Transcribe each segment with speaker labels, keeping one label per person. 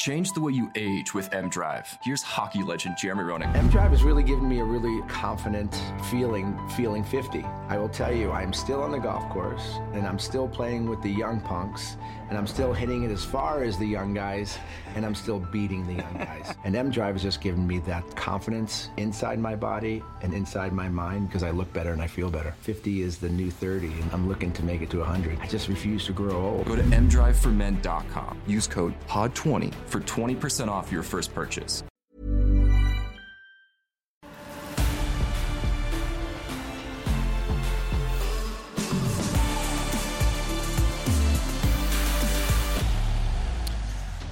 Speaker 1: Change the way you age with M Drive. Here's hockey legend Jeremy Roenick.
Speaker 2: M Drive has really given me a really confident feeling, feeling 50. I will tell you, I'm still on the golf course and I'm still playing with the young punks and I'm still hitting it as far as the young guys and I'm still beating the young guys. and M Drive has just given me that confidence inside my body and inside my mind because I look better and I feel better. 50 is the new 30 and I'm looking to make it to 100. I just refuse to grow old.
Speaker 1: Go to mdriveformen.com. Use code POD20 for 20% off your first purchase.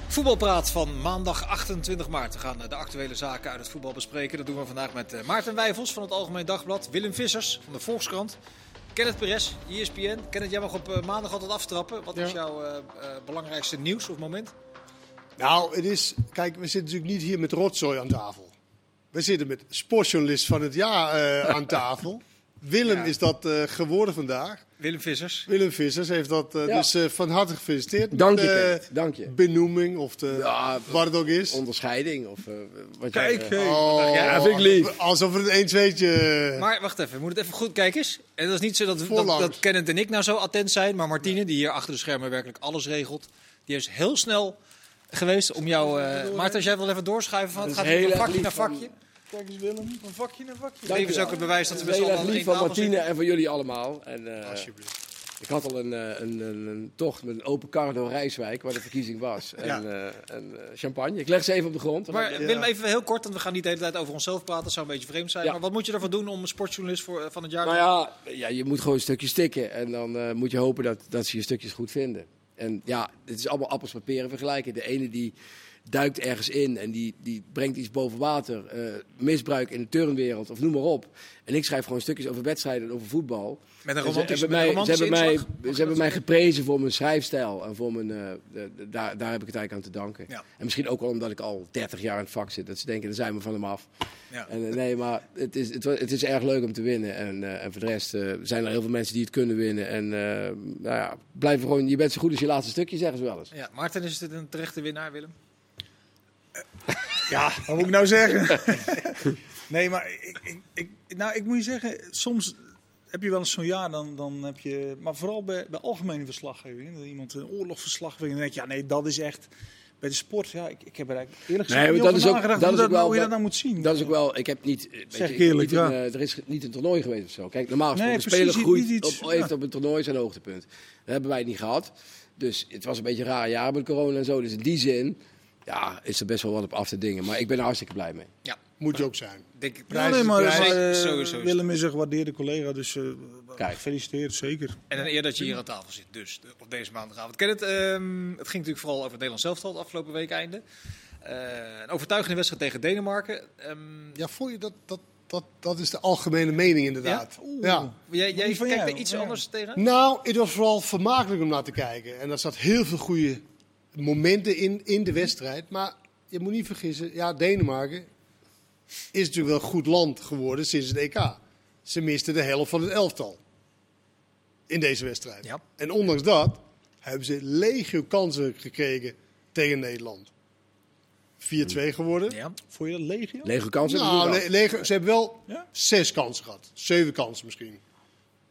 Speaker 3: Voetbalpraat van maandag 28 maart. We gaan eh, de actuele zaken uit het voetbal bespreken. Dat doen we vandaag met eh, Maarten Wijfels van het Algemeen Dagblad. Willem Vissers van de Volkskrant. Kenneth Perez, E ESPN. Kenneth, jij mag op eh, maandag altijd aftrappen. Wat is
Speaker 4: Ja.
Speaker 3: jouw eh, eh, belangrijkste nieuws of moment?
Speaker 4: Nou, het is. Kijk, we zitten natuurlijk niet hier met rotzooi aan tafel. We zitten met sportjournalist van het jaar eh, aan tafel. Willem is dat eh, geworden vandaag.
Speaker 3: Willem Vissers.
Speaker 4: Willem Vissers heeft dat. eh,
Speaker 5: Ja.
Speaker 4: Dus eh, van harte gefeliciteerd.
Speaker 5: Dank
Speaker 4: met,
Speaker 5: je,
Speaker 4: eh,
Speaker 5: Kenneth. Dank je.
Speaker 4: Benoeming of de,
Speaker 5: Ja,
Speaker 4: wat het ook is.
Speaker 5: onderscheiding of eh, wat
Speaker 3: Kijk,
Speaker 5: jij...
Speaker 3: hé.
Speaker 4: Oh,
Speaker 5: Ja, vind ik lief.
Speaker 4: Alsof het een 2tje
Speaker 3: Maar wacht even, we moeten het even goed kijken. eens. En dat is niet zo dat, dat,
Speaker 4: Voorlangs.
Speaker 3: dat Kenneth en ik nou zo attent zijn. Maar Martine, die hier achter de schermen werkelijk alles regelt. Die is heel snel geweest om jou... eh Maarten, als jij wil even doorschuiven. Van, het gaat
Speaker 5: is
Speaker 3: hier
Speaker 5: heel
Speaker 3: van
Speaker 5: erg
Speaker 3: vakje naar
Speaker 5: lief van-
Speaker 3: vakje.
Speaker 5: Kijk eens Willem.
Speaker 3: Van vakje naar vakje.
Speaker 5: Dank je
Speaker 3: Leven is
Speaker 5: wel.
Speaker 3: ook het bewijs dat we met z'n
Speaker 5: Heel
Speaker 3: allen
Speaker 5: erg
Speaker 3: aan
Speaker 5: lief
Speaker 3: één
Speaker 5: van
Speaker 3: tafel
Speaker 5: Martine
Speaker 3: zitten.
Speaker 5: en van jullie allemaal. En, eh,
Speaker 4: Alsjeblieft.
Speaker 5: ik had al een, eh, een, een, een tocht met een open kar door Rijswijk, waar de verkiezing was. En, eh, en eh, champagne. Ik leg ze even op de grond.
Speaker 3: Maar
Speaker 5: Maar,
Speaker 3: Willem, even heel kort, want we gaan niet de hele tijd over onszelf praten. Dat zou een beetje vreemd zijn.
Speaker 5: Ja.
Speaker 3: Maar wat moet je ervan doen om sportjournalist voor, eh, van het jaar
Speaker 5: nou ja, ja, je moet gewoon een stukje stikken. En dan eh, moet je hopen dat, dat ze je stukjes goed vinden. En ja, het is allemaal appels met peren vergelijken. De ene die duikt ergens in en die, die brengt iets boven water. eh, misbruik in de turnwereld of noem maar op. En ik schrijf gewoon stukjes over wedstrijden en over voetbal.
Speaker 3: Met een
Speaker 5: En ze
Speaker 3: romantische- met
Speaker 5: hebben mij-
Speaker 3: een romantische
Speaker 5: Ze hebben,
Speaker 3: inslag? Mag je
Speaker 5: mij,
Speaker 3: dat
Speaker 5: ze hebben mij
Speaker 3: zeggen?
Speaker 5: geprezen voor mijn schrijfstijl. En voor mijn, eh, de- de- daar, daar heb ik het eigenlijk aan te danken.
Speaker 3: Ja.
Speaker 5: En misschien ook wel omdat ik al 30 jaar in het vak zit. Dat ze denken, dan zijn we van hem af.
Speaker 3: Ja.
Speaker 5: En, eh, nee, maar het is, het, wa- het is erg leuk om te winnen. En, eh, en voor de rest eh, zijn er heel veel mensen die het kunnen winnen. En eh, nou ja, blijf gewoon, je bent zo goed als je laatste stukje, zeggen ze wel eens.
Speaker 3: Ja, Maarten, is het een terechte winnaar, Willem?
Speaker 6: Ja, wat moet ik nou zeggen? nee, maar ik, ik, ik- nou, ik moet je zeggen, soms heb je wel eens zo'n jaar, dan, dan heb je... Maar vooral bij, bij algemene verslaggeving, dat iemand een oorlogsverslag wil, dan denk je, ja, nee, dat is echt... Bij de sport, ja, ik, ik heb er eigenlijk eerlijk gezegd
Speaker 5: maar
Speaker 6: niet over nagedacht hoe, dat, hoe je dat nou moet zien.
Speaker 5: Dat is ook wel, ik heb niet, eh, weet
Speaker 6: Zeg
Speaker 5: je,
Speaker 6: ik eerlijk,
Speaker 5: niet een,
Speaker 6: ja.
Speaker 5: eh, er is ge- niet een toernooi geweest of zo. Kijk, normaal gesproken,
Speaker 6: Nee,
Speaker 5: een
Speaker 6: precies,
Speaker 5: speler groeit
Speaker 6: niet iets,
Speaker 5: op, heeft
Speaker 6: ja.
Speaker 5: op een toernooi zijn hoogtepunt. Dat hebben wij niet gehad. Dus het was een beetje een raar jaar met corona en zo. Dus in die zin, ja, is er best wel wat op af te dingen. Maar ik ben er hartstikke blij mee.
Speaker 4: moet je ook zijn.
Speaker 3: Denk ik.
Speaker 4: Prijs
Speaker 6: Ja, nee,
Speaker 4: is
Speaker 6: maar,
Speaker 4: prijs.
Speaker 6: maar, eh,
Speaker 3: Sowieso is
Speaker 6: Willem is een gewaardeerde collega, dus eh,
Speaker 5: Kijk.
Speaker 6: gefeliciteerd, zeker.
Speaker 3: En een eer dat je hier aan tafel zit, dus de- op deze maandagavond. Ken het, ehm, het ging natuurlijk vooral over het Nederlands zelf het afgelopen week einde. Eh, een overtuigende wedstrijd tegen Denemarken. Ehm,
Speaker 4: Ja, voel je dat, dat, dat, dat is de algemene mening inderdaad.
Speaker 6: Oeh.
Speaker 4: ja.
Speaker 3: jij jij
Speaker 6: die van
Speaker 3: kijkt
Speaker 6: jou?
Speaker 3: er iets
Speaker 6: Ja.
Speaker 3: anders tegen?
Speaker 4: Nou, het was vooral vermakelijk om naar te kijken. En er zat heel veel goede momenten in, in de wedstrijd. Maar je moet niet vergissen, ja, Denemarken is natuurlijk wel een goed land geworden sinds het EK. Ze misten de helft van het elftal in deze wedstrijd.
Speaker 3: Ja.
Speaker 4: En ondanks dat hebben ze legio kansen gekregen tegen Nederland. 4-2 geworden.
Speaker 3: Ja.
Speaker 6: Vond je dat legio?
Speaker 5: Lege kansen
Speaker 4: Nou,
Speaker 5: hebben we
Speaker 4: le- Leger- ze hebben wel
Speaker 6: Ja?
Speaker 4: zes kansen gehad. Zeven kansen misschien.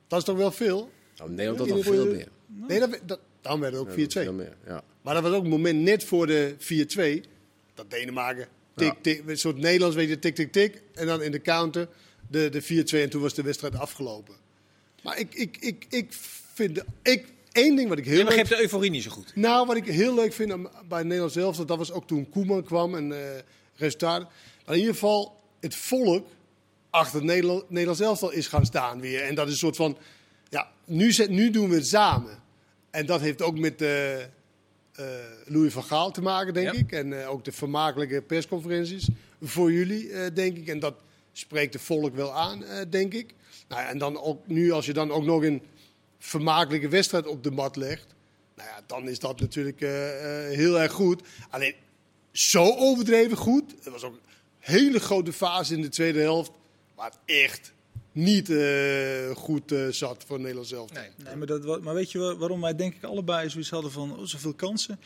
Speaker 4: Dat is toch wel veel?
Speaker 5: wel. Nou, Nederland
Speaker 4: In
Speaker 5: had al
Speaker 4: de
Speaker 5: veel
Speaker 4: goede-
Speaker 5: meer.
Speaker 4: Nee, dat, dat, dan werd het ook 4-2.
Speaker 5: Veel meer, ja.
Speaker 4: Maar dat was ook een moment net voor de 4-2. Dat Denemarken, tik,
Speaker 5: Ja.
Speaker 4: tik, een soort Nederlands, weet je, tik, tik, tik. En dan in de counter de, de 4-2 en toen was de wedstrijd afgelopen. Maar ik, ik, ik, ik vind, de- ik, één ding wat ik heel
Speaker 3: Je
Speaker 4: leuk
Speaker 3: begreep de euforie niet zo goed.
Speaker 4: nou, wat ik heel leuk vind aan- bij Nederland zelf, dat was ook toen Koeman kwam en eh resultaten. Maar in ieder geval, het volk achter Nederland, Nederland zelf is gaan staan weer. En dat is een soort van, ja, nu, zet- nu doen we het samen. En dat heeft ook met eh, eh, Louis van Gaal te maken, denk
Speaker 3: Ja.
Speaker 4: ik. En eh, ook de vermakelijke persconferenties voor jullie, eh, denk ik. En dat spreekt het volk wel aan, eh, denk ik. Nou ja, en dan ook nu, als je dan ook nog een vermakelijke wedstrijd op de mat legt. Nou ja, dan is dat natuurlijk eh, eh, heel erg goed. Alleen zo overdreven goed. Het was ook een hele grote fase in de tweede helft. Waar het echt niet eh, goed eh, zat voor Nederland zelf.
Speaker 3: Nee.
Speaker 6: Nee, maar, dat, wa- maar weet je wa- waarom wij denk ik allebei zoiets hadden van oh, zoveel kansen?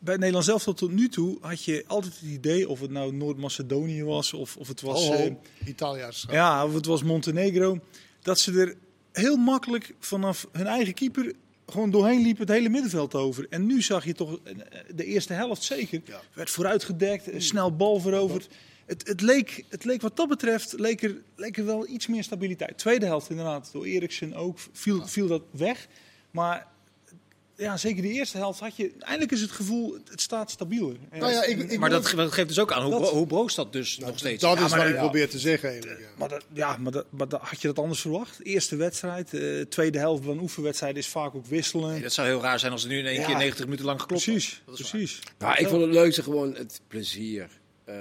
Speaker 6: bij het Nederlands elftal tot nu toe had je altijd het idee of het nou Noord-Macedonië was of, of het was...
Speaker 4: Ho,
Speaker 6: eh,
Speaker 4: ho, Italië is ja.
Speaker 6: Ja, of het was Montenegro. Dat ze er heel makkelijk vanaf hun eigen keeper gewoon doorheen liepen het hele middenveld over. En nu zag je toch eh, de eerste helft zeker.
Speaker 4: Ja.
Speaker 6: Werd vooruitgedekt, eh, snel bal veroverd. Het, het, leek, het leek wat dat betreft leek er, leek er wel iets meer stabiliteit. Tweede helft inderdaad, door Eriksen ook, viel, viel dat weg. Maar ja, zeker de eerste helft had je... Eindelijk is het gevoel, het staat stabieler. En-
Speaker 4: Nou ja, ik, ik
Speaker 3: Maar
Speaker 4: wil-
Speaker 3: dat ge- dat geeft dus ook aan hoe,
Speaker 6: Dat-
Speaker 3: bro- hoe broos dat dus
Speaker 5: Nou,
Speaker 3: nog steeds
Speaker 4: dat
Speaker 3: is.
Speaker 4: is
Speaker 6: maar
Speaker 4: wat ik
Speaker 6: ja.
Speaker 4: probeer te zeggen eigenlijk. ja.
Speaker 6: Maar, dat, ja, maar, dat, maar dat, had je dat anders verwacht? Eerste wedstrijd, eh, tweede helft van een oefenwedstrijd is vaak ook wisselen.
Speaker 3: Nee, dat zou heel raar zijn als er nu in één
Speaker 6: Ja.
Speaker 3: keer 90 minuten lang geklopt
Speaker 6: precies,
Speaker 3: wordt. Dat is waar.
Speaker 6: precies.
Speaker 5: Ja, Nou, ik vond het leukste gewoon het plezier. Eh,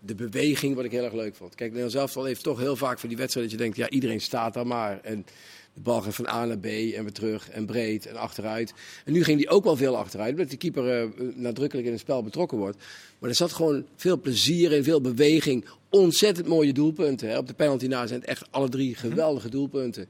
Speaker 5: de beweging, wat ik heel erg leuk vond. Kijk, Nederland zelf al heeft toch heel vaak voor die wedstrijd dat je denkt, ja, iedereen staat daar maar. En de bal gaat van A naar B en weer terug en breed en achteruit. En nu ging die ook wel veel achteruit, omdat de keeper eh, nadrukkelijk in het spel betrokken wordt. Maar er zat gewoon veel plezier in, veel beweging. Ontzettend mooie doelpunten. Hè. Op de penalty na zijn het echt alle drie geweldige doelpunten.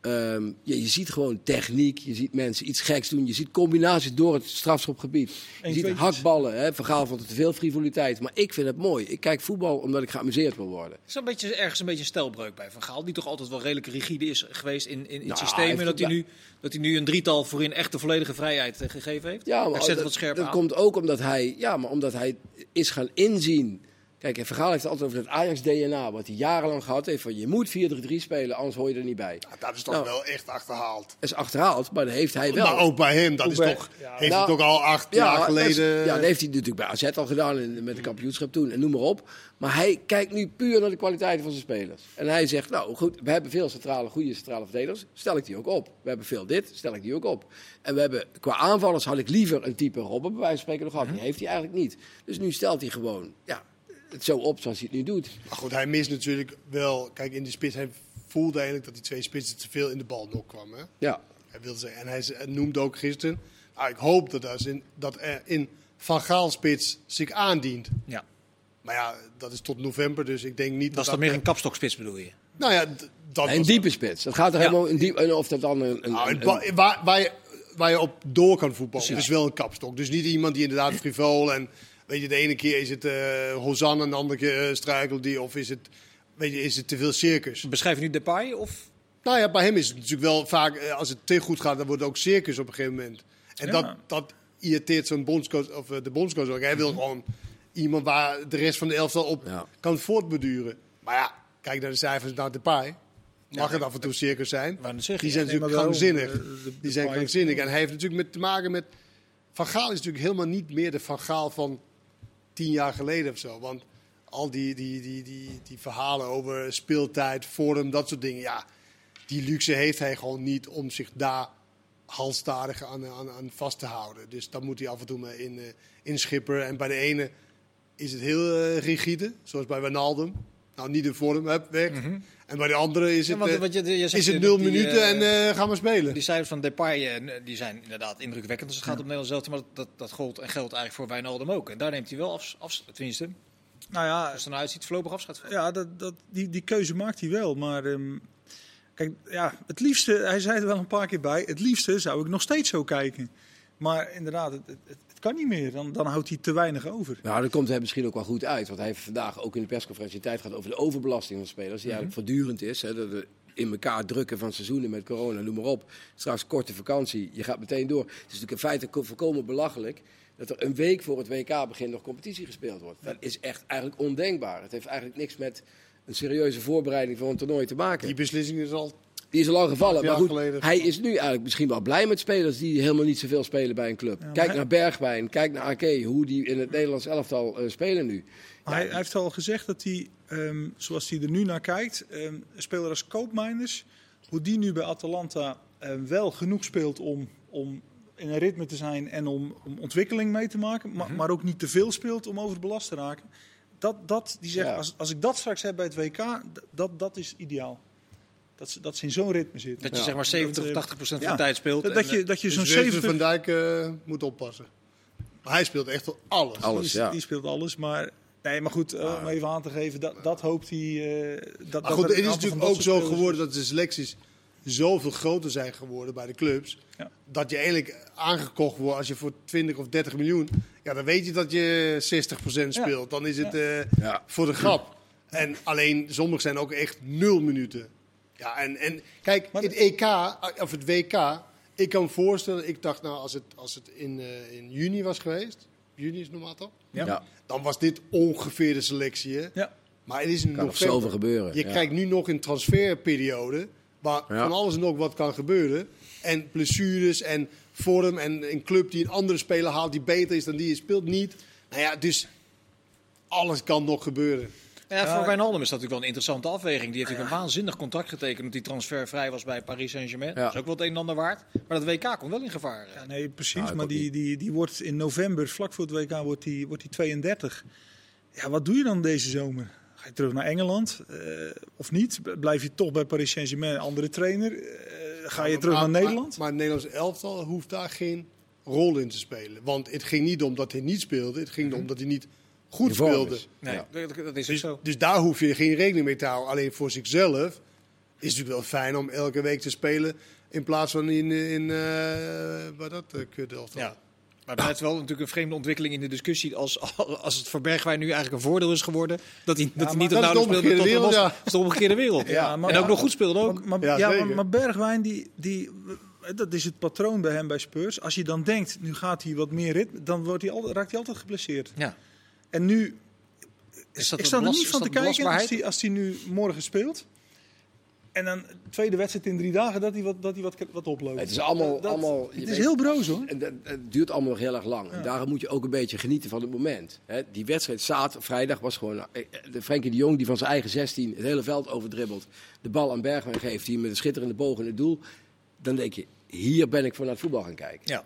Speaker 5: Ehm, ja, je ziet gewoon techniek, je ziet mensen iets geks doen, je ziet combinaties door het strafschopgebied. Je
Speaker 6: Eén
Speaker 5: ziet
Speaker 6: tweetjes.
Speaker 5: hakballen, hè, verhaal van te veel frivoliteit. Maar ik vind het mooi. Ik kijk voetbal omdat ik geamuseerd wil worden.
Speaker 3: Er is een beetje, ergens een beetje een stelbreuk bij Van Gaal. Die toch altijd wel redelijk rigide is geweest in, in, in het
Speaker 5: Nou,
Speaker 3: systeem. En
Speaker 5: hij
Speaker 3: dat hij,
Speaker 5: heeft-
Speaker 3: nu, dat hij nu een drietal voorin echt de volledige vrijheid eh, gegeven heeft.
Speaker 5: Ja,
Speaker 3: hij
Speaker 5: maar
Speaker 3: zet
Speaker 5: dat,
Speaker 3: het wat scherper
Speaker 5: dat
Speaker 3: aan.
Speaker 5: komt ook omdat hij, ja, maar omdat hij is gaan inzien. Kijk, en Vergaal heeft het altijd over dat Ajax-DNA, wat hij jarenlang gehad heeft. Van je moet 4-3-3 spelen, anders hoor je er niet bij. Dat
Speaker 4: Ja, dat is toch
Speaker 5: Nou.
Speaker 4: wel echt achterhaald.
Speaker 5: is achterhaald, maar dat heeft hij wel.
Speaker 4: Maar ook bij hem, dat is
Speaker 6: bij-
Speaker 4: Dus toch,
Speaker 6: ja.
Speaker 4: heeft
Speaker 5: Nou,
Speaker 4: het ook al acht jaar
Speaker 5: dat is-
Speaker 4: geleden.
Speaker 5: ja, dat heeft hij natuurlijk bij AZ al gedaan en met de kampioenschap toen en noem maar op. Maar hij kijkt nu puur naar de kwaliteiten van zijn spelers. En hij zegt, nou goed, we hebben veel centrale, goede centrale verdedigers, stel ik die ook op. We hebben veel dit, stel ik die ook op. En we hebben, qua aanvallers had ik liever een type Robben bij wijze van spreken nog gehad. Die heeft hij eigenlijk niet. Dus nu stelt hij gewoon, ja, het zo op zoals hij het nu doet.
Speaker 4: Maar goed, hij mist natuurlijk wel. Kijk, in de spits, hij voelde eigenlijk dat die twee spitsen te veel in de bal nog kwamen. hè.
Speaker 5: Ja,
Speaker 4: Hij wilde zeggen, en hij ze- hij noemde ook gisteren. "Ah, ik hoop dat, er zin- dat er in Van Gaal spits zich aandient.
Speaker 3: Ja.
Speaker 4: Maar ja, dat is tot november, dus ik denk niet
Speaker 3: Dat is dan meer een kapstokspits bedoel je?
Speaker 4: Nou ja, d- dat
Speaker 5: een
Speaker 4: was-
Speaker 5: diepe spits. Dat gaat er
Speaker 3: Ja.
Speaker 5: helemaal in diep, en of dat dan een... een,
Speaker 4: Nou, het
Speaker 5: een-
Speaker 4: ba- waar, waar, je, waar je op door kan voetballen. Het is wel een kapstok. Dus niet iemand die inderdaad frivol en weet je, de ene keer is het eh Hosanna en de andere keer eh, struikelt die. Of is het, weet je, is het te veel circus.
Speaker 3: Beschrijf je nu Depay of...
Speaker 4: Nou ja, bij hem is het natuurlijk wel vaak, eh, als het te goed gaat, dan wordt het ook circus op een gegeven moment. En dat, dat irriteert zo'n bondscoach, of eh, de bondscoach ook. Hij wil
Speaker 6: Mhm.
Speaker 4: gewoon iemand waar de rest van de elftal op
Speaker 5: Ja.
Speaker 4: kan voortbeduren. Maar ja, kijk naar de cijfers naar Depay. Mag het af en toe circus zijn?
Speaker 3: wou net zeggen,
Speaker 4: Die zijn
Speaker 6: ja, nee,
Speaker 4: natuurlijk
Speaker 6: maar daarom,
Speaker 4: krankzinnig.
Speaker 6: eh, de- de
Speaker 4: Die zijn
Speaker 6: Depay-
Speaker 4: krankzinnig. En hij heeft natuurlijk met te maken met... Van Gaal is natuurlijk helemaal niet meer de Van Gaal van tien jaar geleden of zo. Want al die, die, die, die, die verhalen over speeltijd, forum, dat soort dingen. Ja, die luxe heeft hij gewoon niet om zich daar halstarig aan, aan, aan vast te houden. Dus dat moet hij af en toe maar in, eh inschipperen. En bij de ene is het heel eh, rigide, zoals bij Wijnaldum. Nou, niet in vorm, heb weg. En bij de andere is
Speaker 3: Mhm. Ja,
Speaker 4: het,
Speaker 3: want,
Speaker 4: eh,
Speaker 3: want je- je zegt
Speaker 4: is het
Speaker 3: dat
Speaker 4: nul
Speaker 3: die,
Speaker 4: minuten
Speaker 3: eh,
Speaker 4: en eh, gaan we spelen.
Speaker 3: Die cijfers van Depay eh, n- die zijn inderdaad indrukwekkend als het gaat om Nederland zelf. Maar dat, dat, dat gold en geldt eigenlijk voor Wijnaldum ook. En daar neemt hij wel af, af tenminste,
Speaker 6: Nou ja,
Speaker 3: als het eruit ziet, voorlopig afscheid van.
Speaker 6: ja dat, dat, die, die keuze maakt hij wel. Maar ehm, kijk, ja, het liefste, hij zei er wel een paar keer bij, het liefste zou ik nog steeds zo kijken. Maar inderdaad, het, het, het kan niet meer. Dan, dan houdt hij te weinig over.
Speaker 5: Nou, dat komt hij misschien ook wel goed uit. Want hij heeft vandaag ook in de persconferentie tijd gehad over de overbelasting van spelers. Die eigenlijk voortdurend is. Hè, dat we in elkaar drukken van seizoenen met corona, noem maar op. Straks korte vakantie, je gaat meteen door. Het is natuurlijk in feite ko- volkomen belachelijk dat er een week voor het WK begin nog competitie gespeeld wordt. Dat is echt eigenlijk ondenkbaar. Het heeft eigenlijk niks met een serieuze voorbereiding voor een toernooi te maken.
Speaker 4: Die beslissing is al...
Speaker 5: Die is al lang gevallen.
Speaker 4: jaar
Speaker 5: Maar goed,
Speaker 4: geleden.
Speaker 5: hij is nu eigenlijk misschien wel blij met spelers die helemaal niet zoveel spelen bij een club. kijk
Speaker 6: hij-
Speaker 5: naar Bergwijn, kijk naar Ake, hoe die in het Nederlands elftal eh, spelen nu.
Speaker 6: Maar hij, hij heeft al gezegd dat hij, ehm, zoals hij er nu naar kijkt, ehm, een speler als Koopmeiners, hoe die nu bij Atalanta ehm, wel genoeg speelt om, om in een ritme te zijn en om, om ontwikkeling mee te maken, maar,
Speaker 3: Mhm.
Speaker 6: maar ook niet te veel speelt om overbelast te raken. Dat, dat, die zegt,
Speaker 5: Ja.
Speaker 6: als, als ik dat straks heb bij het WK, d- dat, dat is ideaal. Dat ze, dat ze in zo'n ritme zitten. eh,
Speaker 3: Dat je zeg maar 70 of 80 procent van
Speaker 6: Ja.
Speaker 3: de tijd speelt.
Speaker 6: Dat,
Speaker 3: en,
Speaker 6: dat je, dat je
Speaker 4: Dus
Speaker 6: zo'n
Speaker 4: Virgil
Speaker 6: 70...
Speaker 4: van Dijk eh, moet oppassen. Maar hij speelt echt wel alles.
Speaker 5: Alles,
Speaker 6: die,
Speaker 5: ja.
Speaker 6: die speelt alles, maar... Nee, maar goed, eh, om even aan te geven, dat, dat hoopt hij... eh, dat,
Speaker 4: Maar goed,
Speaker 6: dat er
Speaker 4: het
Speaker 6: een
Speaker 4: is
Speaker 6: aantal van
Speaker 4: natuurlijk
Speaker 6: dat
Speaker 4: ook
Speaker 6: soort
Speaker 4: zo
Speaker 6: spelers-
Speaker 4: geworden dat de selecties zoveel groter zijn geworden bij de clubs.
Speaker 6: Ja.
Speaker 4: Dat je eigenlijk aangekocht wordt als je voor 20 of 30 miljoen. Ja, dan weet je dat je 60% speelt. Dan is het eh,
Speaker 5: Ja.
Speaker 4: voor de grap. En alleen sommige zijn ook echt nul minuten. Ja, en, en kijk,
Speaker 6: Maar
Speaker 4: het
Speaker 6: de-
Speaker 4: EK, of het WK, ik kan me voorstellen, ik dacht nou, als het, als het in, eh, in juni was geweest, juni is normaal toch?
Speaker 6: Ja.
Speaker 5: Ja.
Speaker 4: Dan was dit ongeveer de selectie. Hè?
Speaker 6: Ja.
Speaker 4: Maar het is in
Speaker 5: nog
Speaker 4: november.
Speaker 5: zoveel gebeuren,
Speaker 4: Je
Speaker 5: ja.
Speaker 4: krijgt nu nog een transferperiode. Waar
Speaker 5: Ja.
Speaker 4: van alles en nog wat kan gebeuren. En blessures en vorm. En een club die een andere speler haalt die beter is dan die je speelt niet. Nou ja, dus alles kan nog gebeuren.
Speaker 3: Ja,
Speaker 6: Eh,
Speaker 3: voor Wijnaldum is dat natuurlijk wel een interessante afweging. Die heeft natuurlijk een waanzinnig contract getekend omdat die transfervrij was bij Paris Saint-Germain.
Speaker 5: Ja.
Speaker 3: Dat is ook wel het een en ander waard. Maar dat WK komt wel in gevaar.
Speaker 6: Ja, nee, precies.
Speaker 5: Nou, ik
Speaker 6: maar
Speaker 5: ook
Speaker 6: die,
Speaker 5: niet.
Speaker 6: die, die wordt in november, vlak voor het WK, wordt die, wordt die 32. Ja, wat doe je dan deze zomer? Ga je terug naar Engeland eh, of niet? B- Blijf je toch bij Paris Saint-Germain, een andere trainer? Eh, ga je terug
Speaker 4: Maar-
Speaker 6: naar
Speaker 4: maar-
Speaker 6: Nederland?
Speaker 4: Maar, het Nederlands elftal hoeft daar geen rol in te spelen. Want het ging niet om dat hij niet speelde. Het ging erom dat hij niet goed
Speaker 5: In vorm
Speaker 4: speelde.
Speaker 5: Mhm. is.
Speaker 3: Nee,
Speaker 5: Ja.
Speaker 3: dat, dat is ook
Speaker 4: Dus,
Speaker 3: zo.
Speaker 4: dus daar hoef je geen rekening mee te houden. Alleen voor zichzelf is het natuurlijk wel fijn om elke week te spelen. In plaats van in, in eh wat dat eh, kutelftal.
Speaker 3: Ja. Maar het blijft wel natuurlijk een vreemde ontwikkeling in de discussie. Als, als het voor Bergwijn nu eigenlijk een voordeel is geworden. Dat hij, dat hij niet op
Speaker 4: maar dat is de
Speaker 3: nauwelijks speelde.
Speaker 4: omgekeerde
Speaker 3: tot
Speaker 4: wereld,
Speaker 3: Ramos. Dat is de omgekeerde wereld.
Speaker 6: Ja, maar-
Speaker 3: en ook
Speaker 6: ja.
Speaker 3: nog goed speelde ook.
Speaker 6: Maar, maar-
Speaker 4: Ja,
Speaker 6: ja,
Speaker 4: zeker.
Speaker 6: maar, maar Bergwijn, die, die, dat is het patroon bij hem bij Spurs. Als je dan denkt, nu gaat hij wat meer ritme, dan wordt hij al, raakt hij altijd geblesseerd.
Speaker 3: Ja.
Speaker 6: En nu,
Speaker 3: Is dat
Speaker 6: ik
Speaker 3: een
Speaker 6: sta er
Speaker 3: belast-
Speaker 6: niet
Speaker 3: is
Speaker 6: van
Speaker 3: dat
Speaker 6: te
Speaker 3: een
Speaker 6: kijken als
Speaker 3: belastbaarheid?
Speaker 6: hij, als hij nu morgen speelt. En dan tweede wedstrijd in drie dagen, dat hij wat, dat hij wat, wat oploopt.
Speaker 5: Het is allemaal-
Speaker 6: Dat-
Speaker 5: allemaal- je
Speaker 6: het is
Speaker 5: weet-
Speaker 6: heel broos hoor.
Speaker 5: En dat, het duurt allemaal nog heel erg lang. En daarom moet je ook een beetje genieten van het moment. Hè, die wedstrijd zaterdag, vrijdag was gewoon... eh, eh, De Frenkie de Jong die van zijn eigen 16 het hele veld overdribbelt. De bal aan Bergwijn geeft, die met een schitterende boog in het doel. Dan denk je, hier ben ik voor naar het voetbal gaan kijken.
Speaker 3: Ja.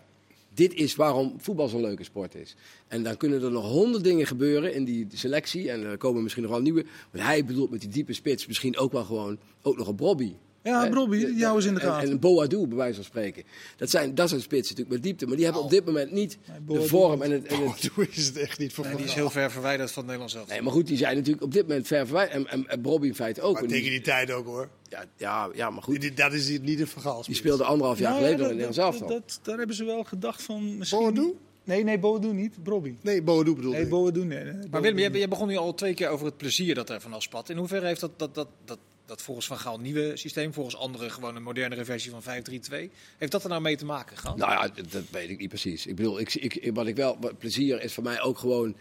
Speaker 5: Dit is waarom voetbal zo'n leuke sport is. En dan kunnen er nog honderd dingen gebeuren in die selectie. En er komen misschien nog wel nieuwe. Maar hij bedoelt met die diepe spits misschien ook wel gewoon... ook nog een Brobby.
Speaker 6: Ja,
Speaker 5: Hè?
Speaker 6: Brobby, die houden ze in de
Speaker 5: en-
Speaker 6: gaten.
Speaker 5: En een Boadu, bij wijze van spreken. Dat zijn, dat zijn spitsen natuurlijk met diepte. Maar die
Speaker 6: Oh.
Speaker 5: hebben op dit moment niet
Speaker 6: Boadu
Speaker 5: de vorm en het... En
Speaker 6: Oh.
Speaker 5: het
Speaker 4: Toen is het echt niet voor
Speaker 3: Nee, die is heel ver verwijderd van Nederland zelf.
Speaker 5: Nee, maar goed, die zijn natuurlijk op dit moment ver verwijderd. En, en, en Brobby in feite ook.
Speaker 4: Maar
Speaker 5: En die-
Speaker 4: tegen die tijd ook hoor.
Speaker 5: ja, ja, ja, maar goed.
Speaker 4: Dit- Dat is hier niet een verhaal.
Speaker 5: Die speelde anderhalf jaar
Speaker 6: Nou ja,
Speaker 5: geleden nog in
Speaker 6: dat-
Speaker 5: Nederlands
Speaker 6: dat-
Speaker 5: elftal.
Speaker 6: dat- Daar hebben ze wel gedacht van misschien...
Speaker 4: Boadu?
Speaker 6: Nee, nee, Boadu niet. Brobby.
Speaker 4: Nee, Boadu bedoelde
Speaker 6: Nee,
Speaker 4: ik.
Speaker 6: Boadu nee. nee,
Speaker 3: Maar
Speaker 6: Brobby
Speaker 3: Willem, jij,
Speaker 6: niet.
Speaker 3: jij begon nu al twee keer over het plezier dat er vanaf spat. In hoeverre heeft dat, dat, dat, dat, dat volgens Van Gaal nieuwe systeem, volgens anderen gewoon een modernere versie van 5-3-2, heeft dat er nou mee te maken gehad?
Speaker 5: Nou ja, dat- dat weet ik niet precies. Ik bedoel, ik, ik, ik- wat ik wel, wat plezier is voor mij ook gewoon.